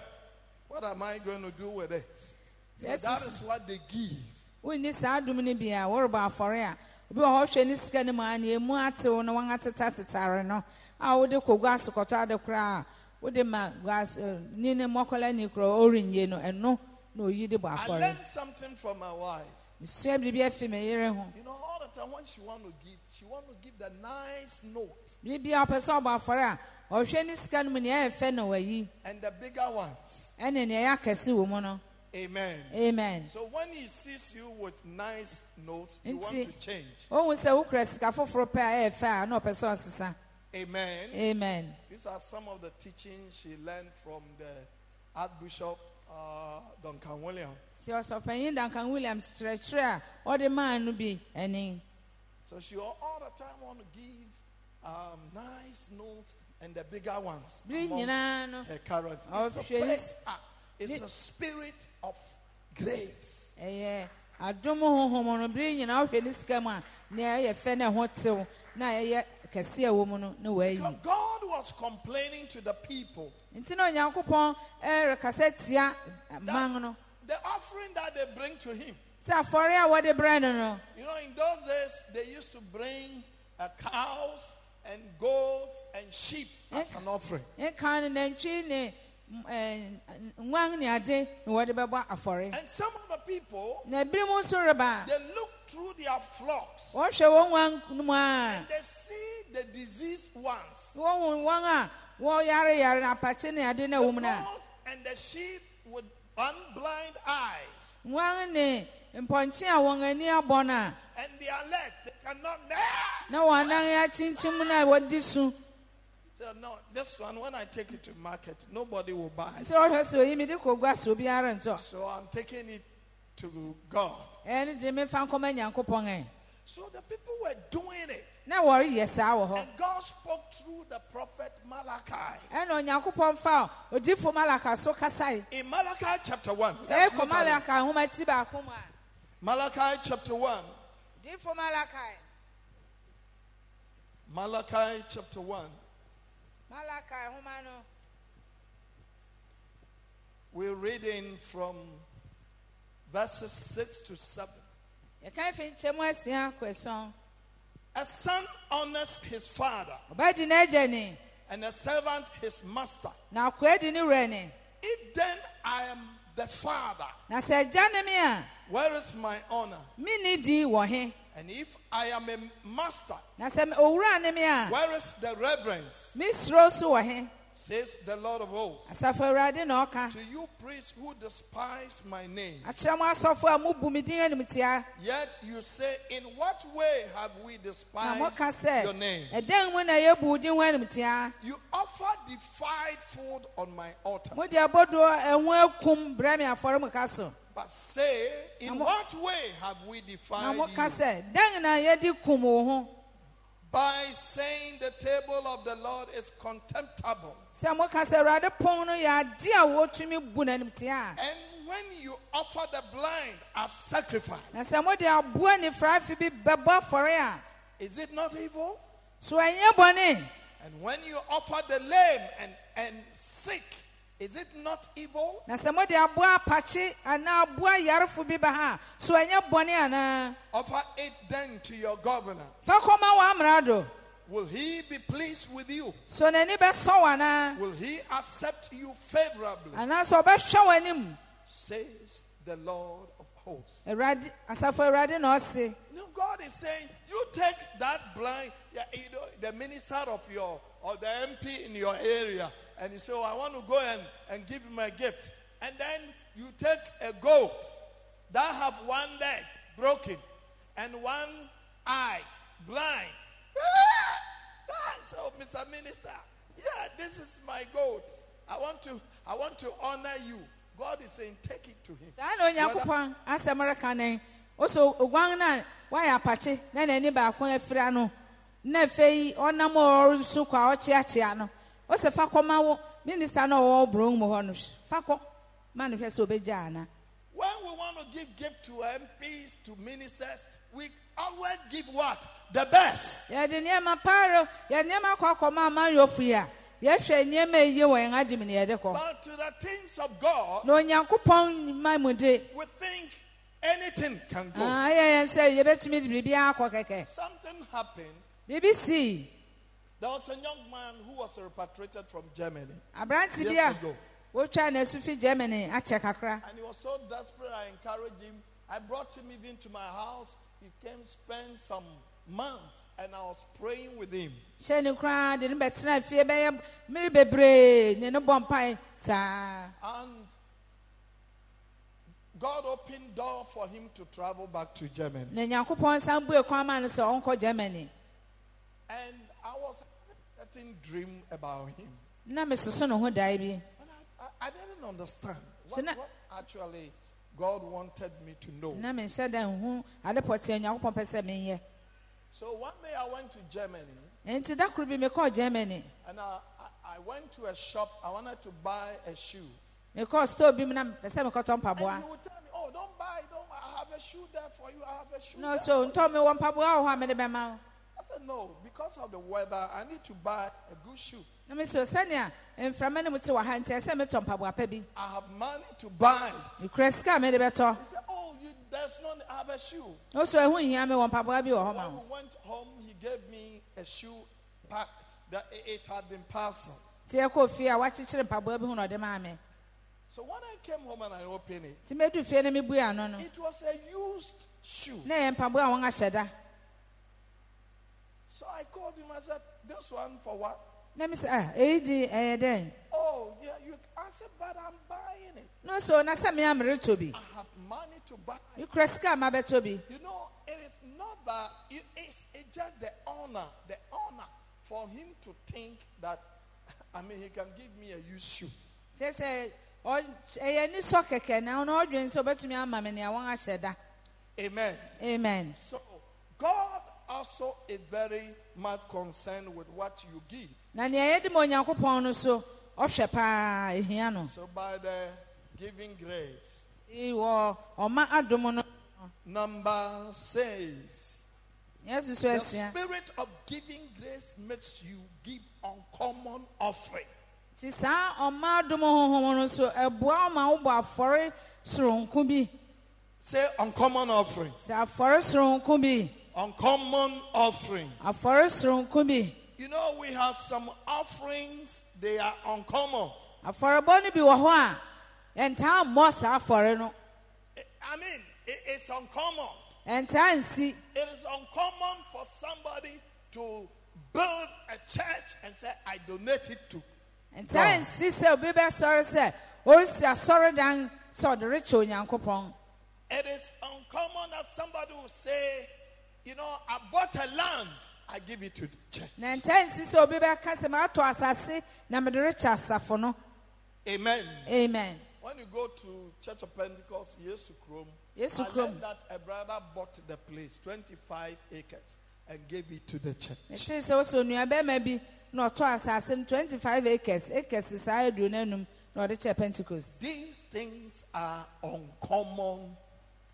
S1: What am I going to do with this?" So
S2: Yes,
S1: that
S2: yes.
S1: is what they give.
S2: wonni saa adom no bi a, wɔrebɔ afɔre a, obi wɔ hɔ hwɛ ne sika no mu a, nea emu atew no, wɔatetatetare no, a wode kɔ gua so kɔtɔ ade koraa a, wode ma gua so- ɛ, ni ne mmɔkɔlaani korɔ a ɔrenyie no, ɛno na oyi de bɔ
S1: I
S2: afɔre.
S1: learned something from my wife.
S2: Mesua biribi afi me yere ho.
S1: You know, all the time when she want to give, she want to give the nice note
S2: biribi a ɔpɛ sɛ ɔbɔ afɔre a ɔhwɛ ne sika no mu nea ɛyɛ fɛ na wayi
S1: and the bigger ones.
S2: ɛne nea ɛyɛ akɛse wɔ mu no
S1: Amen.
S2: amen
S1: So when he sees you with nice notes, you want
S2: Nti-
S1: to change.
S2: ohu sɛ wokura sika foforɔ pɛ a ɛyɛ fɛ a na ɔpɛ sɛ ɔsesa
S1: Amen.
S2: amen
S1: These are some of the teachings she learned from the Archbishop uh, Duncan William.
S2: sɛ ɔsɔpanyin duncan williams kyerɛkyerɛ a ɔde maa no bi ɛne
S1: So she all all the time want to give um, nice notes and the bigger ones.
S2: bere
S1: among
S2: nyinaa no
S1: Her carrots. It's a
S2: Of grace.
S1: faith act. It's a spirit of grace.
S2: ɛyɛ adom honhom no bere nyinaa ɔhwɛ ne sika mu a nea ɛyɛ fɛ na ɛho tew na ɛyɛ kɛse a ɛwɔ mu no na
S1: Because
S2: wayi
S1: God was complaining to the people
S2: nti na onyankopɔn ɛrekasa tia
S1: that
S2: man no
S1: the offering that they bring to him.
S2: sɛ afɔre a wɔde brɛ no no
S1: You know, in those days, they used to bring uh, cows and goats and sheep as an offering.
S2: nka no nantwi ne mm, ɛɛ, nguan ne ade na wɔde bɛbɔ afɔre
S1: And some of the people,
S2: na ebinom nso reba
S1: they look through their flocks.
S2: wɔhwɛ wɔn nguan no mu a
S1: They see the diseased ones.
S2: wɔhu wɔn a wɔyareyare na apakye ne ade na
S1: The
S2: wɔm no a
S1: goats and the sheep with one blind eye.
S2: nguan ne mpɔnkye a wɔn ani abɔ no a
S1: And they are legs, they cannot.
S2: na wɔn anan yɛ akyinkyim no a wɔdi so
S1: So, no, this one, when I take it to market, nobody will buy.
S2: nti wɔhwɛ sɛ oyi mede kɔgua so obiara ntɔ
S1: So, I'm taking it to God.
S2: ɛne de mefa nkɔma nyankopɔn ɛ
S1: So, the people were doing it.
S2: na wɔreyɛ saa wɔ hɔ
S1: And God spoke through the prophet Malachi.
S2: ɛna onyankopɔn fa odifo malaka so kasae
S1: In Malachi chapter 1. let's
S2: ɛkɔ
S1: look at it.
S2: malaka ahoma ti baako mu a
S1: Malachi chapter 1.
S2: difo malaka
S1: Malachi chapter 1.
S2: malaka ahoma no
S1: We're reading from verses 6 to 7.
S2: yɛka fi nkyɛmu asia kɔ ɛsɔn
S1: A son honors his father,
S2: ɔbaa di n'agya ni
S1: and a servant his master.
S2: na akoa di ne wura ni
S1: If then I am the father,
S2: na sɛ agya ne mi a
S1: where is my honor?
S2: mi ni di wɔ he
S1: And if I am a master,
S2: na sɛ me- owura ne mi a
S1: where is the reverence?
S2: mi suro so wɔ he
S1: Says the Lord of hosts.
S2: asafo awurade na ɔka
S1: To you priests who despise my name,
S2: akyerɛ mo asɔfo a mo bu mi din anim tia
S1: yet you say, In what way have we
S2: na eh, mo ka
S1: despised your name?
S2: sɛ ɛdan mu na yɛ bu din ho anim tia
S1: You offer defiled food on my altar,
S2: mo di abodoɔ ɛho ekum brɛ mi afɔremuka so
S1: but say, In
S2: Namo-
S1: what way have we
S2: na
S1: defiled
S2: mo ka
S1: you?
S2: sɛ dan na yɛ di kum wo ho.
S1: by saying the table of the Lord is contemptible.
S2: sɛ moka sɛ awurade pon no yɛ ade a wɔtumi bu n'animtea a
S1: And when you offer the blind as sacrifice,
S2: na sɛ mode aboa nifraafe bi bɛbɔ afɔre a
S1: is it not evil?
S2: so ɛnyɛ bɔne
S1: And when you offer the lame and, and sick, is it not evil?
S2: na sɛ mode aboa apakye anaa aboa yarefo bi bɛ ha a so ɛnyɛ bɔne anaa
S1: Offer it then to your governor.
S2: fa kɔma wɔ amrado
S1: Will he be pleased with you?
S2: so n'ani bɛsɔ wo anaa
S1: Will he accept you favorably?
S2: anaasɛ ɔbɛhwɛ w'anim
S1: Says the Lord of hosts.
S2: awurade asafo awurade na ɔse
S1: No, God is saying, you take that blind, yeah, you know, the minister of your or the MP in your area, and you say, oh, I want to go and, and give him a gift. And then you take a goat that have one leg broken and one eye blind. Ah! So, Mr. Minister, yeah, this is my goat. I want to I want to honor you. God is saying, take it to him.
S2: saa na
S1: Whether-
S2: onyankopɔn asɛm reka ne ɔsɛ oguan no a wayɛ apakye na n'ani baako afira no na afei ɔnam a ɔresu kɔ a ɔkyeakyea no ɔsɛ fa kɔma wo minista no a ɔwɔ borɔn mu hɔ no fa kɔ ma no hwɛ sɛ ɔbɛgya ana
S1: When we want to give gift to MPs, to ministers, we always give what? The best.
S2: yɛde nneɛma paaro yɛde nneɛma kɔ akɔma amannyɔfo yi a yɛhwɛ nneɛma a eye wɔ yɛn adim ne yɛde kɔ
S1: But to the things of God,
S2: na onyankopɔn ma mu de
S1: we think anything can go.
S2: Ah, ɛyɛ yɛn sɛ yɛbɛtumi de biribiara akɔ kɛkɛ
S1: Something happened.
S2: biribi sii
S1: There was a young man who was repatriated from Germany.
S2: aberante bi
S1: Years
S2: a
S1: ago.
S2: wotwa n'asu fi germany akyɛ kakra
S1: And he was so desperate, I encouraged him. I brought him even to my house. He came, spent some months, and I was praying with him.
S2: hyɛ ne koraa de ne bɛtena fie bɛyɛ mmere bebree ne ne bɔ mpae saa
S1: And God opened door for him to travel back to Germany.
S2: na nyankopɔn san bue kwan ma no sɛ ɔnkɔ germany
S1: And I was having a certain dream about him.
S2: na mesoso ne ho dae bi
S1: And I, I, I didn't understand what,
S2: So now-
S1: what actually God wanted me to know.
S2: na menhyɛ da nhu ade pɔtee nyankopɔn pɛ sɛ menyɛ
S1: So one day I went to Germany
S2: enti da koro bi mekɔɔ germany
S1: and I, I, I went to a shop. I wanted to buy a shoe.
S2: mekɔɔ store bi mu na pɛ sɛ mekɔtɔ
S1: And
S2: mpaboa
S1: he would tell me, Oh, don't buy, don't buy. I have a shoe there for you. I have a shoe.
S2: na
S1: there
S2: ɔso
S1: for you."
S2: ntɔ mewɔ mpaboa wɔ hɔ a mede bɛma wo
S1: I said, No, because of the weather, I need to buy a good shoe.
S2: na mesɛ sɛnea mframa no mu te wɔ ha nti ɛsɛ metɔ mpaboa pɛ bi
S1: I have money to buy it.
S2: mekura sika a mede bɛtɔ
S1: He said, Oh, you, there's no, I have a shoe.
S2: nso ɛho nhia mi wɔ mpaboa bi wɔ hɔ ma
S1: When we
S2: wo
S1: went home, he gave me a shoe pack that i- it had been parcel.
S2: te ɛkɔ fie a wakyekyere mpaboa bi ho na ɔde maa mi
S1: So when I came home and I opened it,
S2: te medu fie na mi bu ano no
S1: it was a used shoe.
S2: na yɛ mpaboa a wɔn ahyɛ da
S1: So I called him. I said, "This one for what?"
S2: na mi sɛ ah eyi di ɛyɛ dɛn
S1: Oh, yeah. You. I said, "But I'm buying it.
S2: na nso na sɛ mi amere to bi
S1: I have money to buy." it."
S2: mekura sika a ma bɛtɔ bi
S1: You know, it is not that. It is it's just the honor, the honor for him to think that. (laughs) I mean, he can give me a used shoe.
S2: kyerɛ sɛ ɔ- ɛyɛ nisɔ kɛkɛ na ɔno ɔdwen sɛ ɔbɛtumi ama mi nea wɔn ahyɛ da
S1: Amen.
S2: amen
S1: So God also is very much concerned with what you give.
S2: na nea yɛ di ma onyankopɔn no so ɔhwɛ paa ehia no
S1: So by the giving grace,
S2: ti wɔ ɔma adum no
S1: number says
S2: yɛ soso
S1: the
S2: ɛsia
S1: spirit of giving grace makes you give uncommon offering.
S2: ti saa ɔmaa dum honhom no so ɛboa ɔma wobɔ afɔre soronko bi
S1: Say uncommon offering.
S2: sɛ afɔre soronko bi
S1: Uncommon offering.
S2: afɔre soronko bi
S1: You know, we have some offerings, they are uncommon.
S2: afɔrebɔ no bi wɔ hɔ a ɛntaa mmɔ saa afɔre no
S1: I mean, it, it's uncommon.
S2: ɛntaa nsi
S1: It is uncommon for somebody to build a church and say, I donate it to.
S2: ɛntaa
S1: God."
S2: nsi sɛ obi bɛsɔre sɛ ɔresi asɔredan sɛ ɔde rekyɛ onyankopɔn
S1: It is uncommon that somebody will say, You know, I bought a land, I give it to the church.
S2: na ɛntaa nsi sɛ obi bɛka sɛ matɔ asase na mede rekyɛ asafo no
S1: Amen.
S2: amen
S1: When you go to Church of Pentecost, Yesu Krom,
S2: Yesu
S1: I
S2: Krom.
S1: learned that a brother bought the place, 25 acres, and gave it to the church.
S2: ɛkyee sɛ wosɛ onua bɛma bi na ɔtɔ asase no 25 acres acres saa aduonu anum na ɔde kyɛ pentecost
S1: These things are uncommon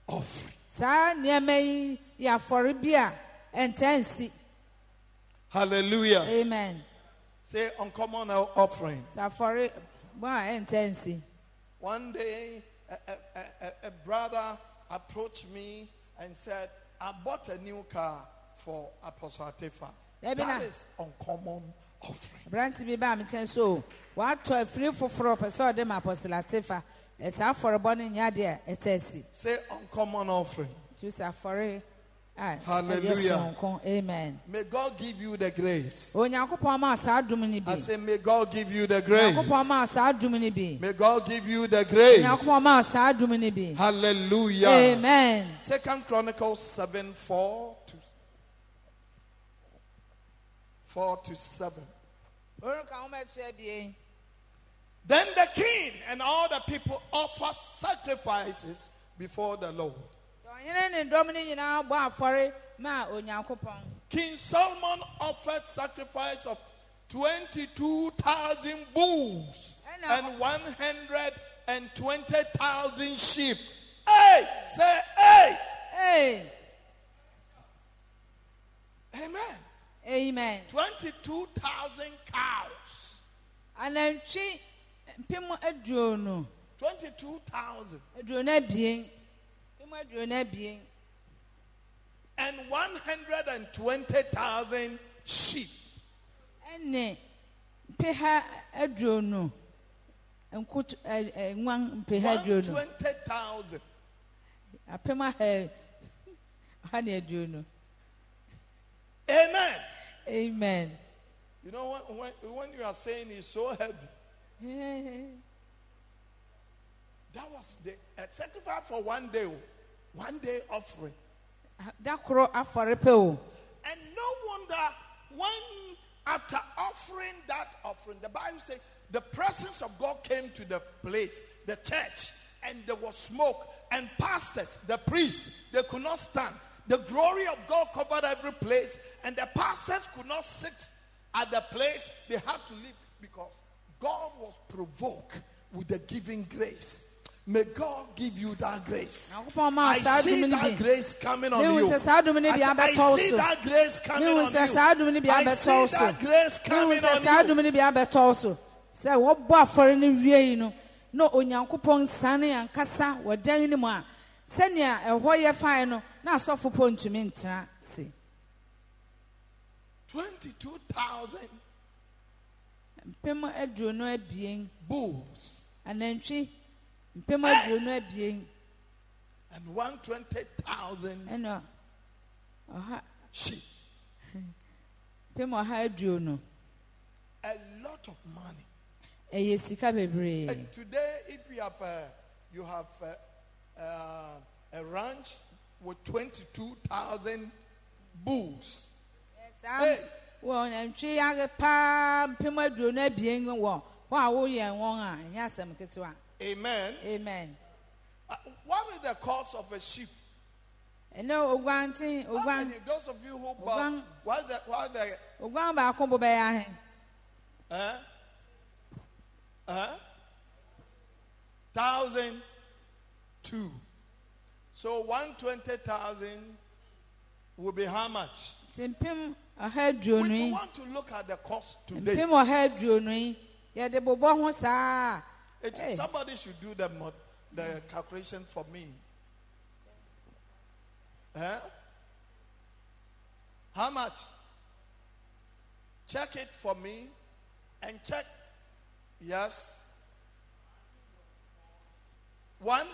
S1: offering.
S2: saa nneɛma yi yɛ afɔre bi a ɛntaa nsi
S1: Hallelujah.
S2: amen
S1: Say uncommon o- offering.
S2: sɛ afɔre bɔn a ɛntaa nsi
S1: One day, a, a- a- a- a brother approached me and said, I bought a new car for Apostle Atefa.
S2: Ebi na-
S1: That is uncommon offering.
S2: aberante bi baa me kyɛn so watɔ afiri foforɔ pɛ sɛ ɔde ma apɔsilatefa ɛsɛ afɔrebɔ no nyɛ adeɛ a ɛtaa si
S1: Say uncommon offering.
S2: nti sɛ afɔre a ɛyɛ
S1: Hallelujah.
S2: sononko amen
S1: May God give you the grace.
S2: onyankopɔn ma wo saa dom no bi
S1: I say, may God give you the
S2: onyankopɔn
S1: grace.
S2: ma wo saa dom no bi
S1: May God give you the grace.
S2: onyankopɔn ma wo saa dom no bi
S1: Hallelujah.
S2: amen
S1: Second Chronicles 7 4 to 4 to 7.
S2: Ɔrenka nwoma ɛto abien.
S1: Then the king and all the people offer sacrifices before the Lord.
S2: Sɛ ɔhene ne dɔm no nyinaa bɔ afɔre maa onyankopɔn
S1: King Solomon offered sacrifice of 22,000 bulls
S2: And now-
S1: and 120,000 sheep. Hey, say, hey,
S2: Hey,
S1: amen.
S2: amen
S1: 22,000 cows,
S2: anantwi mpem aduonu
S1: 22,000
S2: aduonu abien mpem aduonu abien
S1: and 120,000 sheep.
S2: ɛne mpeha aduonu nkutu ɛ- ɛ, nguan mpeha aduonu
S1: 120,000.
S2: apem aha aha ne aduonu
S1: Amen.
S2: amen
S1: You know, when, when, when you are saying it's so heavy, that was the a sacrifice for one day, oh, one day offering.
S2: da koro afɔre pɛ o
S1: And no wonder when, after offering that offering, the Bible says the presence of God came to the place, the church, and there was smoke, and pastors, the priests, they could not stand. The glory of God covered every place, and the pastors could not sit at the place. They had to leave because God was provoked with the giving grace. May God give you that grace.
S2: Nyankopɔn mma wo
S1: I
S2: saa
S1: see
S2: adom no bi.
S1: that grace coming on
S2: Mehu
S1: you.
S2: sɛ saa adom no bi
S1: I say,
S2: abɛtɔ wo
S1: I see
S2: so.
S1: that grace coming
S2: Mehu
S1: on you.
S2: sɛ saa adom no bi
S1: I
S2: abɛtɔ
S1: see
S2: wo so.
S1: that grace coming
S2: Mehu sɛ
S1: on
S2: saa
S1: you.
S2: adom no bi abɛtɔ wo so sɛ wɔbɔ afɔre no wie yi no na onyankopɔn sane ankasa wɔ dan no mu a sɛnea ɛhɔ yɛ fae no na asɔfo po ntumi ntena se
S1: 22,000
S2: mpem aduonu abien
S1: bulls
S2: anantwi mpem aduonu abien
S1: and 120,000
S2: ɛna ɔha
S1: sheep.
S2: mpem ɔha aduonu
S1: A lot of money.
S2: ɛyɛ sika bebree
S1: And today, if you have a, you have a, uh, a ranch with 22,000 bulls,
S2: saa
S1: Hey.
S2: wɔ nantwi yare paa mpem aduonu abien wɔ wɔn a wɔyɛ wɔn a ɛnyɛ asɛm ketewa
S1: amen.
S2: amen
S1: Uh, what is the cost of a sheep?
S2: ɛnna oguanten
S1: How
S2: oguan
S1: many- those of you who bought,
S2: Ogwan.
S1: why the, why the
S2: oguan baako bo bɛyɛ ahe
S1: Huh? Huh? Uh-huh. Thousand two. So one twenty thousand will be how much?
S2: nti mpem ɔha aduonu
S1: We
S2: yi
S1: want to look at the cost today.
S2: mpem ɔha aduonu yi yɛde bobɔ ho saa
S1: It-
S2: Hey.
S1: Somebody should do the mod, the calculation for me. Eh? How much? Check it for me and check. Yes. One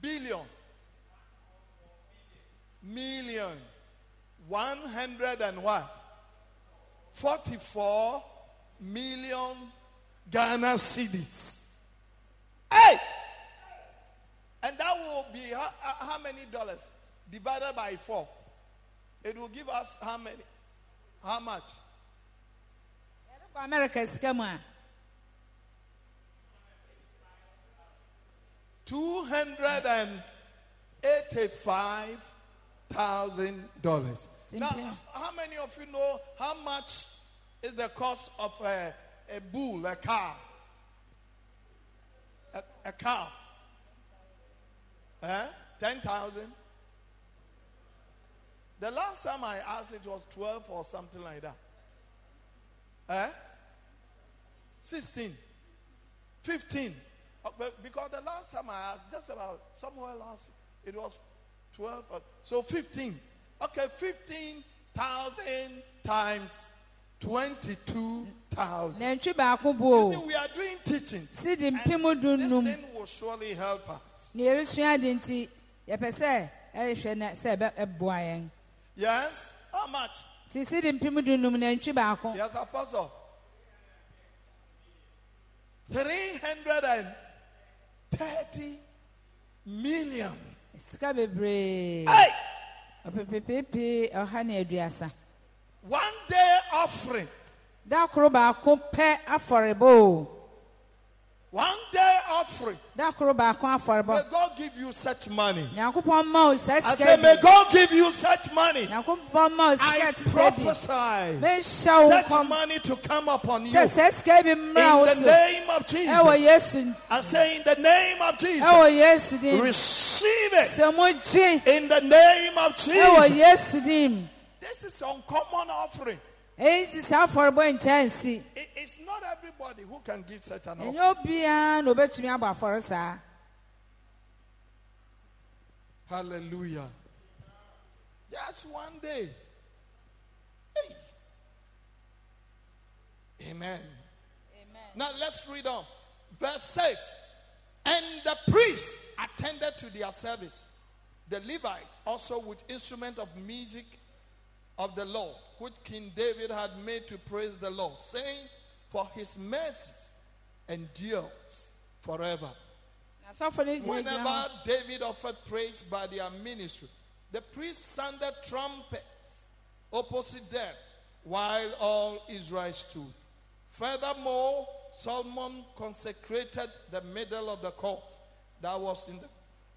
S1: billion million one hundred and what? Forty-four million Ghana cities. Hey! And that will be how, uh, how many dollars divided by four? It will give us how many? How much?
S2: kɔ america sika mu a
S1: 285,000 dollars. Now,
S2: Simple.
S1: how many of you know how much is the cost of a, a bull, a car? A, a car? Eh? 10,000? The last time I asked it was 12 or something like that. Eh? 16. 15. Uh, but Because the last time I asked, just about somewhere last, it was 12. uh, So 15. Okay, 15,000 times 22,000.
S2: nantwi baako bu
S1: You see,
S2: o
S1: we are doing teaching.
S2: sidi
S1: And
S2: mpem du
S1: this
S2: num
S1: thing will surely help us.
S2: na yɛresua adi nti yɛpɛ sɛ ɛhwɛ na sɛ ɛbɛ- ɛboa yɛn
S1: Yes? How much?
S2: nti sidi mpem du num nantwi baako
S1: Yes, Apostle. 330 million.
S2: sika bebree
S1: Hey!
S2: ɔpepepepe ɔha ne aduasa
S1: One day offering.
S2: da koro baako pɛ afɔrebɔ o
S1: One day offering.
S2: da koro baako
S1: May
S2: afɔrebɔ
S1: God give you such money.
S2: nyankopɔn ma o saa
S1: I
S2: sika
S1: say, may
S2: bi
S1: God give you such money.
S2: nyankopɔn ma o
S1: I
S2: sika ti sɛ bi
S1: prophesy
S2: mehyɛ wo
S1: such
S2: nkɔm
S1: money to come upon you.
S2: sɛ
S1: In
S2: saa sika bi mmra wo
S1: the
S2: so
S1: name of
S2: ɛwɔ
S1: Jesus.
S2: yesu
S1: I say, in the name of
S2: ɛwɔ
S1: Jesus.
S2: yesu din
S1: Receive it.
S2: sɛ mo gye
S1: In the name of
S2: ɛwɔ
S1: Jesus.
S2: yesu din
S1: This is uncommon offering.
S2: eyi ti saa afɔrebɔ nkyɛn si
S1: It- it's not everybody who can give such an offering.
S2: ɛnyɛ obiara na obetumi abɔ afɔre saa
S1: Hallelujah. Just one day. Hey. Amen. Now let's read on. Verse 6. And the priests attended to their service. The Levite also with instrument of music of the Lord, which King David had made to praise the Lord, saying, For his mercies endures forever.
S2: asɔfo ne gyinagyina
S1: Whenever
S2: hɔ
S1: David offered praise by their ministry, the priests sounded trumpets opposite them while all Israel stood. Furthermore, Solomon consecrated the middle of the court that was in the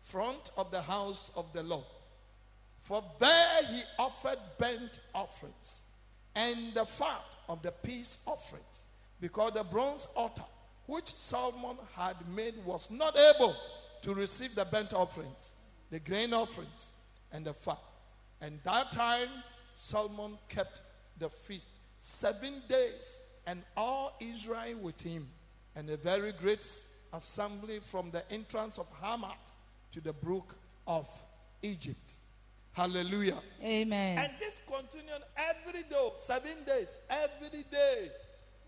S1: front of the house of the Lord. For there he offered burnt offerings and the fat of the peace offerings, because the bronze altar which Solomon had made was not able to receive the burnt offerings, the grain offerings, and the fat. And that time Solomon kept the feast seven days, and all Israel with him, and a very great assembly from the entrance of Hamath to the brook of Egypt. Hallelujah.
S2: amen
S1: And this continued every day, seven days, every day.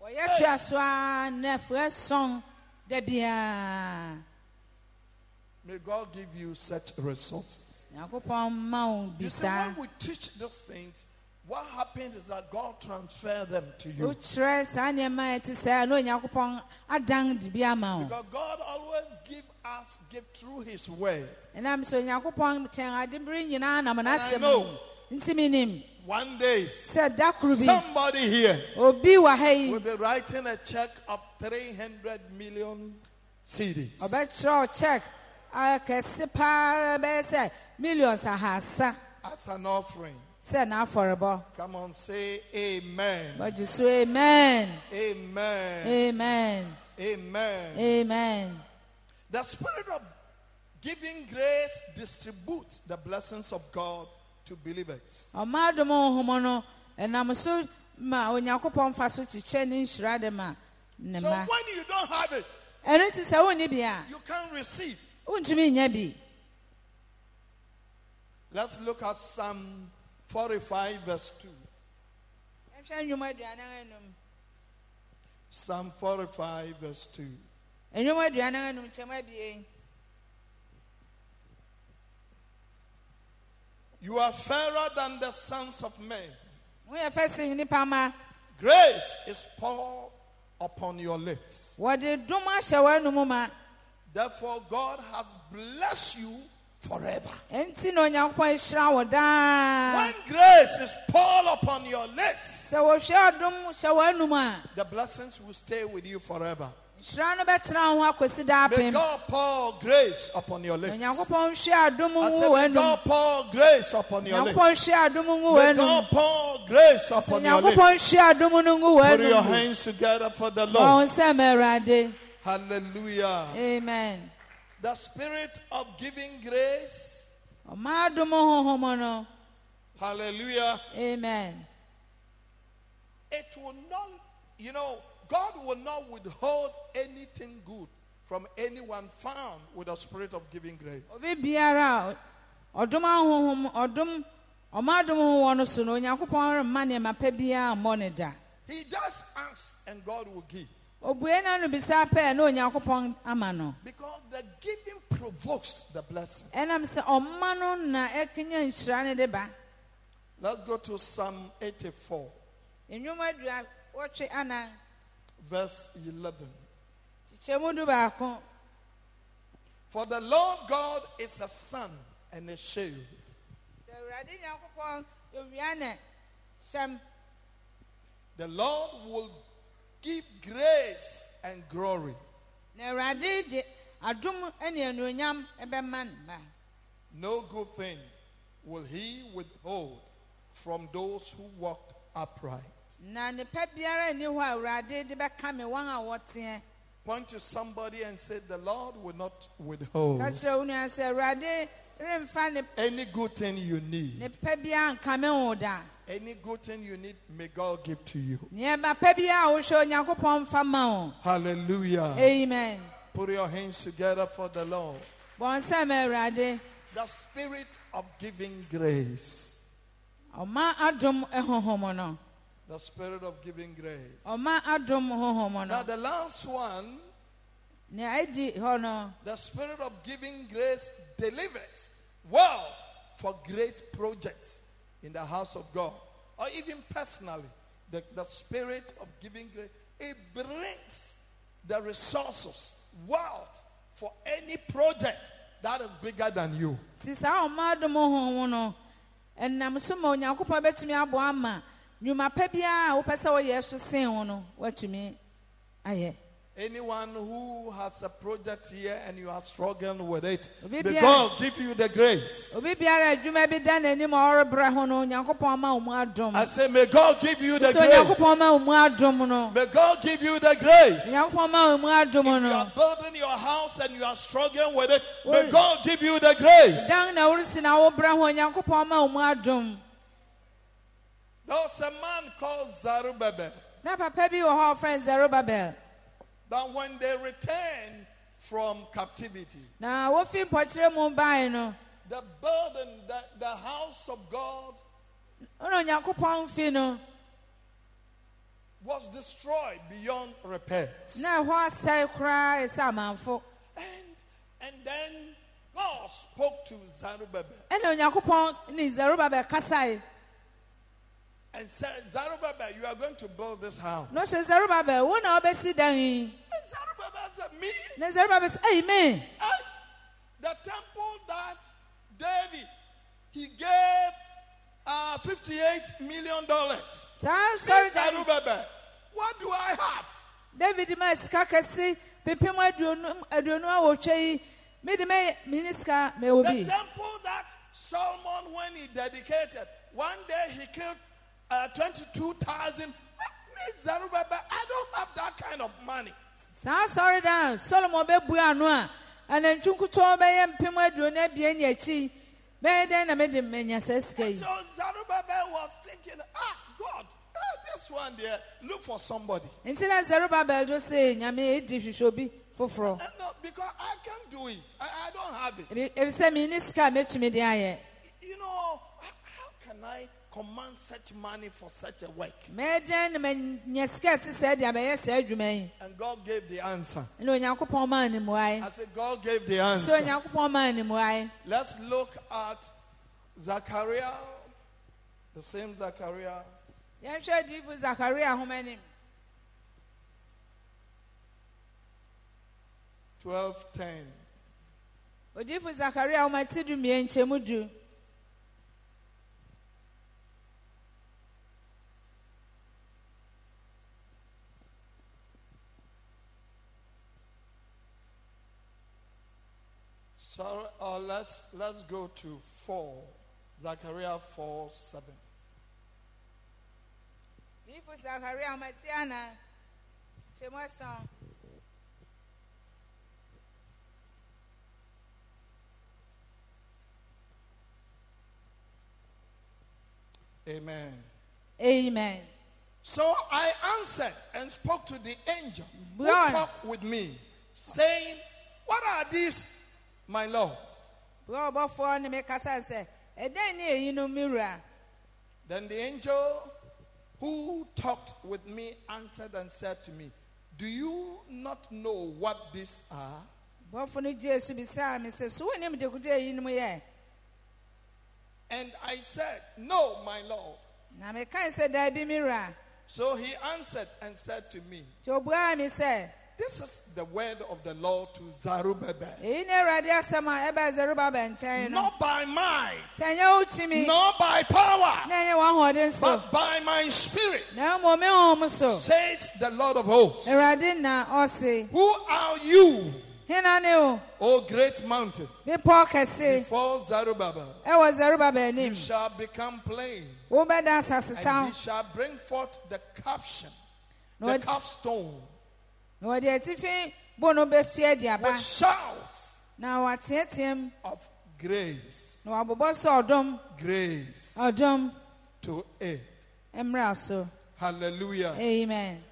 S2: wɔyɛ tua so a na afura sɔn da biara
S1: May God give you such resources.
S2: nyankopɔn ma wo bi
S1: You see,
S2: saa
S1: when we teach these things, what happens is that God transfer them to you.
S2: wokyerɛ saa nneɛma a ɛte saa na onyankopɔn adan de bi ama wo
S1: Because God always give us gift through His Word.
S2: ɛnam sɛ onyankopɔn kyɛn ade bere nyinaa nam
S1: I
S2: n'asɛm
S1: know.
S2: nti menim
S1: One day,
S2: sɛ da koro bi
S1: somebody here
S2: obi wɔ ha yi
S1: will be writing a check of 300 million
S2: Oh,
S1: CDs.
S2: ɔbɛkyerɛ check Ah, akɛse paa bɛyɛ sɛ millions ahasa
S1: As an offering.
S2: sɛ n'afɔrebɔ
S1: Come on, say amen.
S2: wɔgye so amen
S1: Amen.
S2: amen
S1: Amen.
S2: amen
S1: The spirit of giving grace distributes the blessings of God to believers.
S2: ɔmaa dom honhom no ɛnam so ma onyankopɔn fa so kyekyɛ ne nhyira de ma ne
S1: So
S2: ma
S1: when you don't have it,
S2: ɛno nti sɛ wonni bi a
S1: you can't receive.
S2: wontumi nnya bi
S1: Let's look at Psalm 45, verse 2.
S2: ɛhwɛ nnwom aduanan anum
S1: Psalm 45, verse 2.
S2: nnwom aduanan anum kyɛm abien
S1: You are fairer than the sons of men.
S2: woyɛ fɛ sen nipa ma
S1: Grace is poured upon your lips.
S2: wɔde dom ahyɛ w'anum ma
S1: Therefore, God has blessed you forever.
S2: ɛnti na onyankopɔn hyira wo daa
S1: When grace is poured upon your lips,
S2: sɛ wohwɛ ɔdom hyɛ w'anum a
S1: the blessings will stay with you forever.
S2: nhyira no bɛtena wo ho akɔsi daa
S1: May
S2: pem
S1: God pour grace upon your lips. I
S2: onyankopɔn hwɛ adom ngu
S1: said, may God
S2: w'anum
S1: pour grace upon your lips.
S2: onyankopɔn hwɛ adom ngu
S1: May
S2: w'anum
S1: God pour grace upon your lips.
S2: onyankopɔn hwɛ adom no ngu
S1: Put your
S2: w'anum
S1: hands together for the
S2: wɔn
S1: Lord.
S2: nsɛm awurade
S1: Hallelujah.
S2: amen
S1: The spirit of giving grace.
S2: ɔma adom honhom no
S1: Hallelujah.
S2: amen
S1: It will not, you know, God will not withhold anything good from anyone found with a spirit of giving grace.
S2: obi biara a ɔdom ahohom ɔdom ɔma adom honhom wɔ no so no onyankopɔn remma nneɛma pa biara mmɔ ne da
S1: He just asks and God will give.
S2: obue n'ano bisa pɛɛ na onyankopɔn ama no
S1: Because the giving provokes the blessing.
S2: ɛnam sɛ ɔma no na ɛkenya nhyira ne de ba
S1: Let's go to Psalm 84,
S2: nnwom adua wɔtwe anan
S1: verse 11.
S2: kyekyɛmu du baako
S1: For the Lord God is a sun and a shield.
S2: sɛ awurade nyankopɔn owia ne hyɛm
S1: The Lord will give grace and glory.
S2: na awurade de adom ne anuonyam bɛma ne ba
S1: No good thing will he withhold from those who walk upright.
S2: na nnipa biara nni hɔ a awurade de bɛkame wɔn a wɔteɛ
S1: Point to somebody and say, The Lord will not withhold
S2: ka kyerɛ wo nua sɛ awurade remfa ne
S1: any good thing you need.
S2: nnipa biara nkame wo da
S1: Any good thing you need, may God give to you.
S2: nneɛma pa biara a wohwɛ onyankopɔn mfa ma wo
S1: Hallelujah.
S2: amen
S1: Put your hands together for the Lord.
S2: bɔn sɛ ma awurade
S1: The spirit of giving grace.
S2: ɔma adom honhom no
S1: The spirit of giving grace.
S2: ɔma adom honhom
S1: Now,
S2: no
S1: the last one,
S2: nea ɛdi hɔ no
S1: the spirit of giving grace delivers wealth for great projects in the house of God or even personally. The, the spirit of giving grace, it brings the resources, wealth for any project that is bigger than you.
S2: nti saa ɔma adom honhom no ɛnam so ma onyankopɔn bɛtumi aboa ama nnwuma pa biara a wopɛ sɛ woyɛ so sen wo no woatumi ayɛ
S1: Anyone who has a project here and you are struggling with it, may
S2: Obi biara-
S1: God give you the grace.
S2: obi biara a adwuma bi da n'anim a ɔrebrɛ ho no onyankopɔn ma wo mu adom
S1: I say, may God give you the
S2: sɛ
S1: grace.
S2: onyankopɔn ma wo mu adom no
S1: May God give you the grace.
S2: onyankopɔn ma wo mu adom
S1: You
S2: no
S1: are building your house and you are struggling with it.
S2: Well-
S1: May God give you the grace.
S2: dan na woresi na wobrɛ ho onyankopɔn ma wo mu adom
S1: There was a man called Zerubbabel
S2: na papa bi wɔ hɔ a ɔfrɛ no Zerubbabel.
S1: that when they returned from captivity,
S2: na wofi mpɔkyerɛ mu bae no
S1: the building, the, the house of God
S2: ɔna onyankopɔn fi no
S1: was destroyed beyond repairs.
S2: na ɛhɔ asɛe koraa ɛsɛ amanfo
S1: And, and then God spoke to Zerubbabel
S2: ɛna onyankopɔn ne Zerubbabel kasae
S1: and said, Zerubbabel, you are going to build this house.
S2: na ɔsɛ Zerubbabel wo na wobɛsi dan yi
S1: And Zerubbabel said, Me?
S2: na Zerubbabel sɛ "Ei, me
S1: And the temple that David he gave uh, 58 million dollars.
S2: saa sɔre dan
S1: Zerubbabel, what do I have?
S2: david maa sika kɛse pepem aduonu aduonu awotwe yi mede mɛ mini sika ma ɛwɔ
S1: The
S2: bi
S1: temple that Solomon, when he dedicated, one day he killed uh, 22,000. Me, Zerubbabel, I don't have that kind of money.
S2: saa sɔre dan solomon bɛbua ano a anantwi nkutuo bɛyɛ mpem aduonu abien ne akyi bɛyɛ dɛn na mede manya saa sika yi
S1: So Zerubbabel was thinking, ah, God, ah, this one there, look for somebody.
S2: nti na Zerubbabel do se nyame edi hwehwɛ bi foforɔ
S1: And no, because I can't do it. I, I don't have it.
S2: Ebi- efisɛ mini sika a metumi de ayɛ
S1: You know, I command such money for such a work?
S2: mɛɛdɛn na manya sika te sɛ deɛ mɛyɛ saa adwuma yi
S1: And God gave the answer.
S2: na onyankopɔn maa ne mmuae
S1: I said, God gave the
S2: so
S1: answer.
S2: onyankopɔn maa ne mmuae
S1: Let's look at Zachariah, the same Zachariah,
S2: yɛnhwɛ adiyifo sakaria homa nim
S1: 12:10.
S2: odiyifo sakaria homa ti du mmie nkyɛmu du
S1: So uh, let's, let's go to 4, Zachariah 4 7.
S2: odiyifo sakaria homa ti ana nkyɛmu ason
S1: Amen.
S2: amen
S1: So I answered and spoke to the angel who
S2: Bjorn.
S1: talked with me, saying, What are these, my Lord?
S2: wɔ ɔbɔfoɔ ne me kasa sɛ ɛdɛn ne eyinom me wura
S1: Then the angel who talked with me answered and said to me, Do you not know what these are?
S2: bɔfo no gye so bisaa me sɛ so wonim de kuta eyinom yɛ
S1: And I said, No, my Lord.
S2: na mekae sɛ daabi me wura
S1: So he answered and said to me,
S2: nti obuaa me sɛ
S1: This is the word of the Lord to Zerubbabel.
S2: eyi ne awurade asɛm a ɛbɛɛ zerubabel nkyɛn no
S1: Not by might,
S2: sɛ ɛnyɛ wo tumi na
S1: not by power,
S2: ɛnyɛ w'ahoɔden so
S1: but by my spirit,
S2: na mmom me honhom so
S1: says the Lord of hosts.
S2: awurade na ɔse
S1: Who are you,
S2: hena ne wo
S1: O great mountain?
S2: bepɔw kɛse
S1: Before Zerubbabel,
S2: ɛwɔ zerubabel anim
S1: you shall become plain,
S2: wobɛda
S1: and he
S2: asasetaw
S1: shall bring forth the caption, the
S2: Lord.
S1: capstone,
S2: na wɔde atifi bo no bɛfie aduaba
S1: with shouts
S2: na wɔateateam
S1: of grace,
S2: na wɔabobɔ sɛ ɔdom
S1: grace
S2: ɔdom
S1: to it.
S2: mmra so
S1: Hallelujah.
S2: amen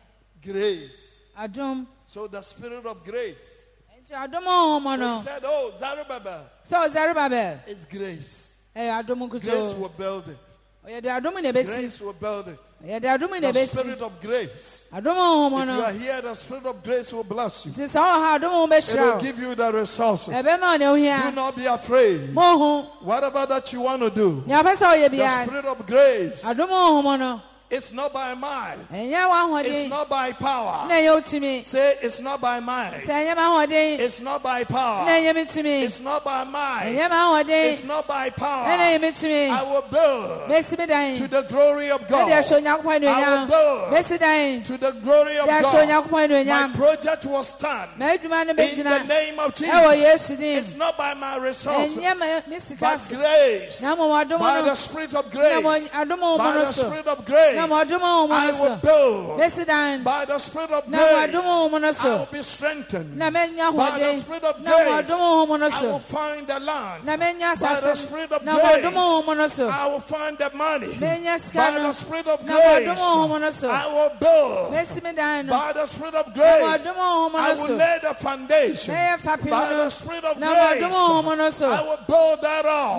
S1: Grace.
S2: ɔdom
S1: So the spirit of grace.
S2: nti ɔdom honhom
S1: So he
S2: no
S1: said, Oh, Zerubbabel,
S2: sɛ ɔzerubabel
S1: it's grace.
S2: ɛyɛ ɔdom
S1: Grace will
S2: nkutoo
S1: build it.
S2: yɛde ɔdom na ɛbɛsi
S1: Grace will build it.
S2: yɛde ɔdom na
S1: The
S2: ɛbɛsi
S1: spirit of grace.
S2: adom
S1: If
S2: honhom
S1: you are
S2: no
S1: here, the spirit of grace will bless you.
S2: nti sɛ ɔwɔ ha adom honhom
S1: It will
S2: bɛhyira
S1: give you the
S2: wo
S1: resources.
S2: ɛbɛma wo nea
S1: Do
S2: wohia
S1: not be afraid.
S2: mohu
S1: Whatever that you want to do,
S2: nea wopɛ sɛ woyɛ
S1: the
S2: biara
S1: spirit of grace,
S2: adom honhom no
S1: it's not by might,
S2: ɛnyɛ
S1: it's
S2: w'ahoɔden
S1: not by
S2: na
S1: power.
S2: ɛyɛ wo tumi
S1: Say, it's not by might,
S2: sɛ ɛnyɛ m'ahoɔden
S1: it's not by
S2: na
S1: power,
S2: ɛnyɛ me tumi
S1: it's not by
S2: ɛnyɛ
S1: might, it's
S2: m'ahoɔden
S1: not by
S2: ɛna
S1: power.
S2: ɛyɛ me
S1: I
S2: tumi
S1: will build
S2: mɛsi me
S1: to
S2: dan
S1: the glory of
S2: ɛde
S1: God,
S2: ahyɛ onyankopɔn anuonyam
S1: build
S2: mɛsi dan
S1: to the glory of
S2: ɛde ahyɛ
S1: God.
S2: onyankopɔn
S1: My
S2: anuonyam
S1: project will stand
S2: m'adwuma no
S1: in the
S2: bɛgyina
S1: name of
S2: ɛwɔ
S1: Jesus.
S2: yesu din
S1: It's not by my resources,
S2: ɛnyɛ ma- me sika
S1: but
S2: so
S1: grace.
S2: na mmom adom
S1: By
S2: no
S1: the spirit of
S2: na
S1: grace.
S2: mmom adom honhom
S1: By
S2: no
S1: the
S2: so
S1: spirit of grace.
S2: na ma ɔdom honhom
S1: I
S2: no
S1: will
S2: so
S1: build.
S2: mɛsi dan
S1: By the spirit of
S2: na ma ɔdom
S1: grace.
S2: honhom no
S1: I will
S2: so
S1: be strengthened.
S2: na mɛnya
S1: By the spirit of
S2: ahoɔden na ma
S1: grace.
S2: ɔdom honhom no
S1: I will
S2: so
S1: find the land.
S2: na mɛnya
S1: By the
S2: asase
S1: spirit
S2: no
S1: of
S2: na ma ɔdom
S1: grace.
S2: honhom no so
S1: I will find the money.
S2: mɛnya
S1: By
S2: sika
S1: the
S2: no
S1: spirit of
S2: na ma ɔdom
S1: grace.
S2: honhom no so
S1: I will build.
S2: mɛsi me dan no
S1: By the spirit of
S2: na ma
S1: grace.
S2: ɔdom honhom
S1: I
S2: no
S1: will
S2: so
S1: lay the foundation.
S2: mɛyɛ fapem
S1: By the
S2: no
S1: spirit of
S2: na ma ɔdom
S1: grace.
S2: honhom no so
S1: I will build that up.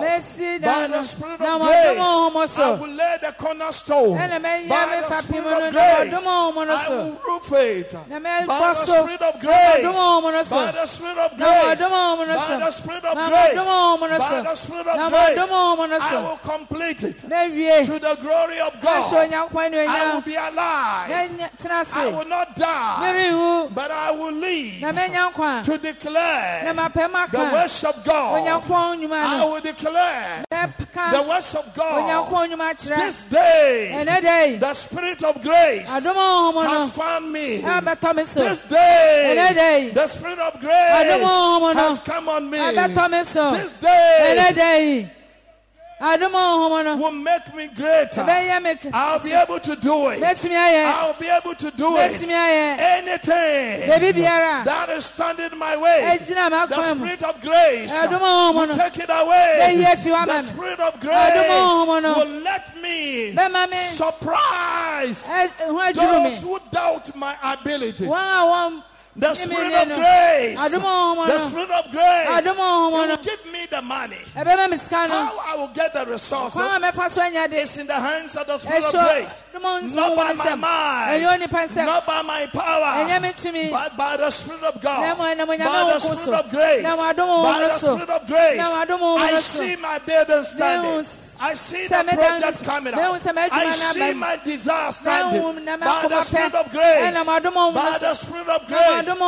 S1: By
S2: Mercy, Dan.
S1: the spirit
S2: Na
S1: of
S2: wadom
S1: grace,
S2: honhom
S1: I
S2: so.
S1: will lay the cornerstone.
S2: Ɛna mɛyɛ
S1: By
S2: me
S1: the
S2: fapem
S1: spirit
S2: no
S1: of
S2: na
S1: grace,
S2: wadom honhom
S1: I
S2: so.
S1: will roof it.
S2: Na mɛbɔ
S1: By the
S2: so.
S1: spirit of
S2: Na wadom
S1: grace,
S2: honhom no so.
S1: by the spirit of
S2: Na
S1: grace,
S2: wadom honhom no so.
S1: by the spirit of
S2: Na
S1: grace,
S2: wadom honhom no
S1: by
S2: so.
S1: the spirit of
S2: Na
S1: grace,
S2: wadom honhom no
S1: I
S2: so.
S1: will complete it
S2: mɛwie
S1: to the glory of
S2: ahyɛ
S1: God.
S2: onyankopɔn
S1: I will
S2: anuonyam
S1: be alive.
S2: mɛnya
S1: I
S2: tena ase
S1: will not die,
S2: merenwu
S1: but I will live
S2: na mɛnya nkwa
S1: to
S2: na
S1: declare
S2: mapɛ
S1: the
S2: maka
S1: works of God.
S2: onyankopɔn nnwuma
S1: I
S2: no
S1: will declare the
S2: mɛka
S1: works of God.
S2: onyankopɔn nnwuma kyerɛ
S1: This day,
S2: ɛnɛ dɛi
S1: the Spirit of grace
S2: adom honhom
S1: has
S2: no
S1: found me.
S2: ɛbɛtɔ me so
S1: This day,
S2: Ẹlẹ́dẹ̀.
S1: the Spirit of grace
S2: Adom honhom no
S1: has come on me.
S2: ɛbɛtɔ me so
S1: This
S2: ɛnɛ
S1: day
S2: dɛi adom honhom no
S1: will make me greater.
S2: ɛbɛyɛ me
S1: I'll be
S2: kɛse
S1: able to do it.
S2: mɛtumi ayɛ
S1: I'll be able to do
S2: mɛtumi
S1: it.
S2: ayɛ baabi
S1: Anything
S2: biara
S1: that is standing in my way,
S2: ɛgyina
S1: the
S2: m'akwan mu
S1: Spirit of grace
S2: Adom honhom
S1: will
S2: no
S1: take it away.
S2: Bɛyi afi hɔ ama
S1: The
S2: me.
S1: Spirit of
S2: Adom honhom
S1: grace
S2: no
S1: will let me
S2: bɛma me
S1: surprise
S2: ɛ- ho aduru
S1: Those
S2: me
S1: who doubt my ability,
S2: wɔn a wɔn
S1: The
S2: Give me
S1: spirit
S2: the
S1: of
S2: name.
S1: grace.
S2: Adum ohun
S1: The
S2: ono.
S1: spirit of grace.
S2: Adum ohun
S1: You will
S2: ono.
S1: give me the money.
S2: ɛbɛma me sika no
S1: How I will get the resources
S2: kwan a mɛfa so anya de E
S1: is in the hands of the spirit of
S2: ɛhyɛ
S1: grace.
S2: Adum ohun
S1: Not
S2: nso
S1: by
S2: wɔ
S1: my
S2: me
S1: mind.
S2: ɛnyɛ onipa nsɛm
S1: Not by my
S2: ɛnyɛ
S1: power.
S2: me tumi
S1: But Ah. by the Spirit of
S2: Na
S1: God,
S2: mo-
S1: by
S2: na mo nyame
S1: the
S2: wo nko
S1: Spirit
S2: so.
S1: of grace,
S2: Na mo adom wo
S1: by
S2: no
S1: the
S2: so.
S1: Spirit of grace,
S2: Na mo adom wo
S1: I
S2: no so.
S1: see my building standing.
S2: s-
S1: I see
S2: sɛ
S1: the
S2: meda
S1: project
S2: nso-
S1: coming
S2: mehu
S1: up.
S2: sɛ m'adwuma
S1: I
S2: no
S1: see
S2: aba.
S1: my desire
S2: Na
S1: standing.
S2: wo- na
S1: By
S2: m'akoma
S1: the
S2: pɛ.
S1: Spirit of grace,
S2: Ɛna mo adom wo no
S1: by
S2: so.
S1: the Spirit of
S2: Na mo
S1: grace,
S2: adom wo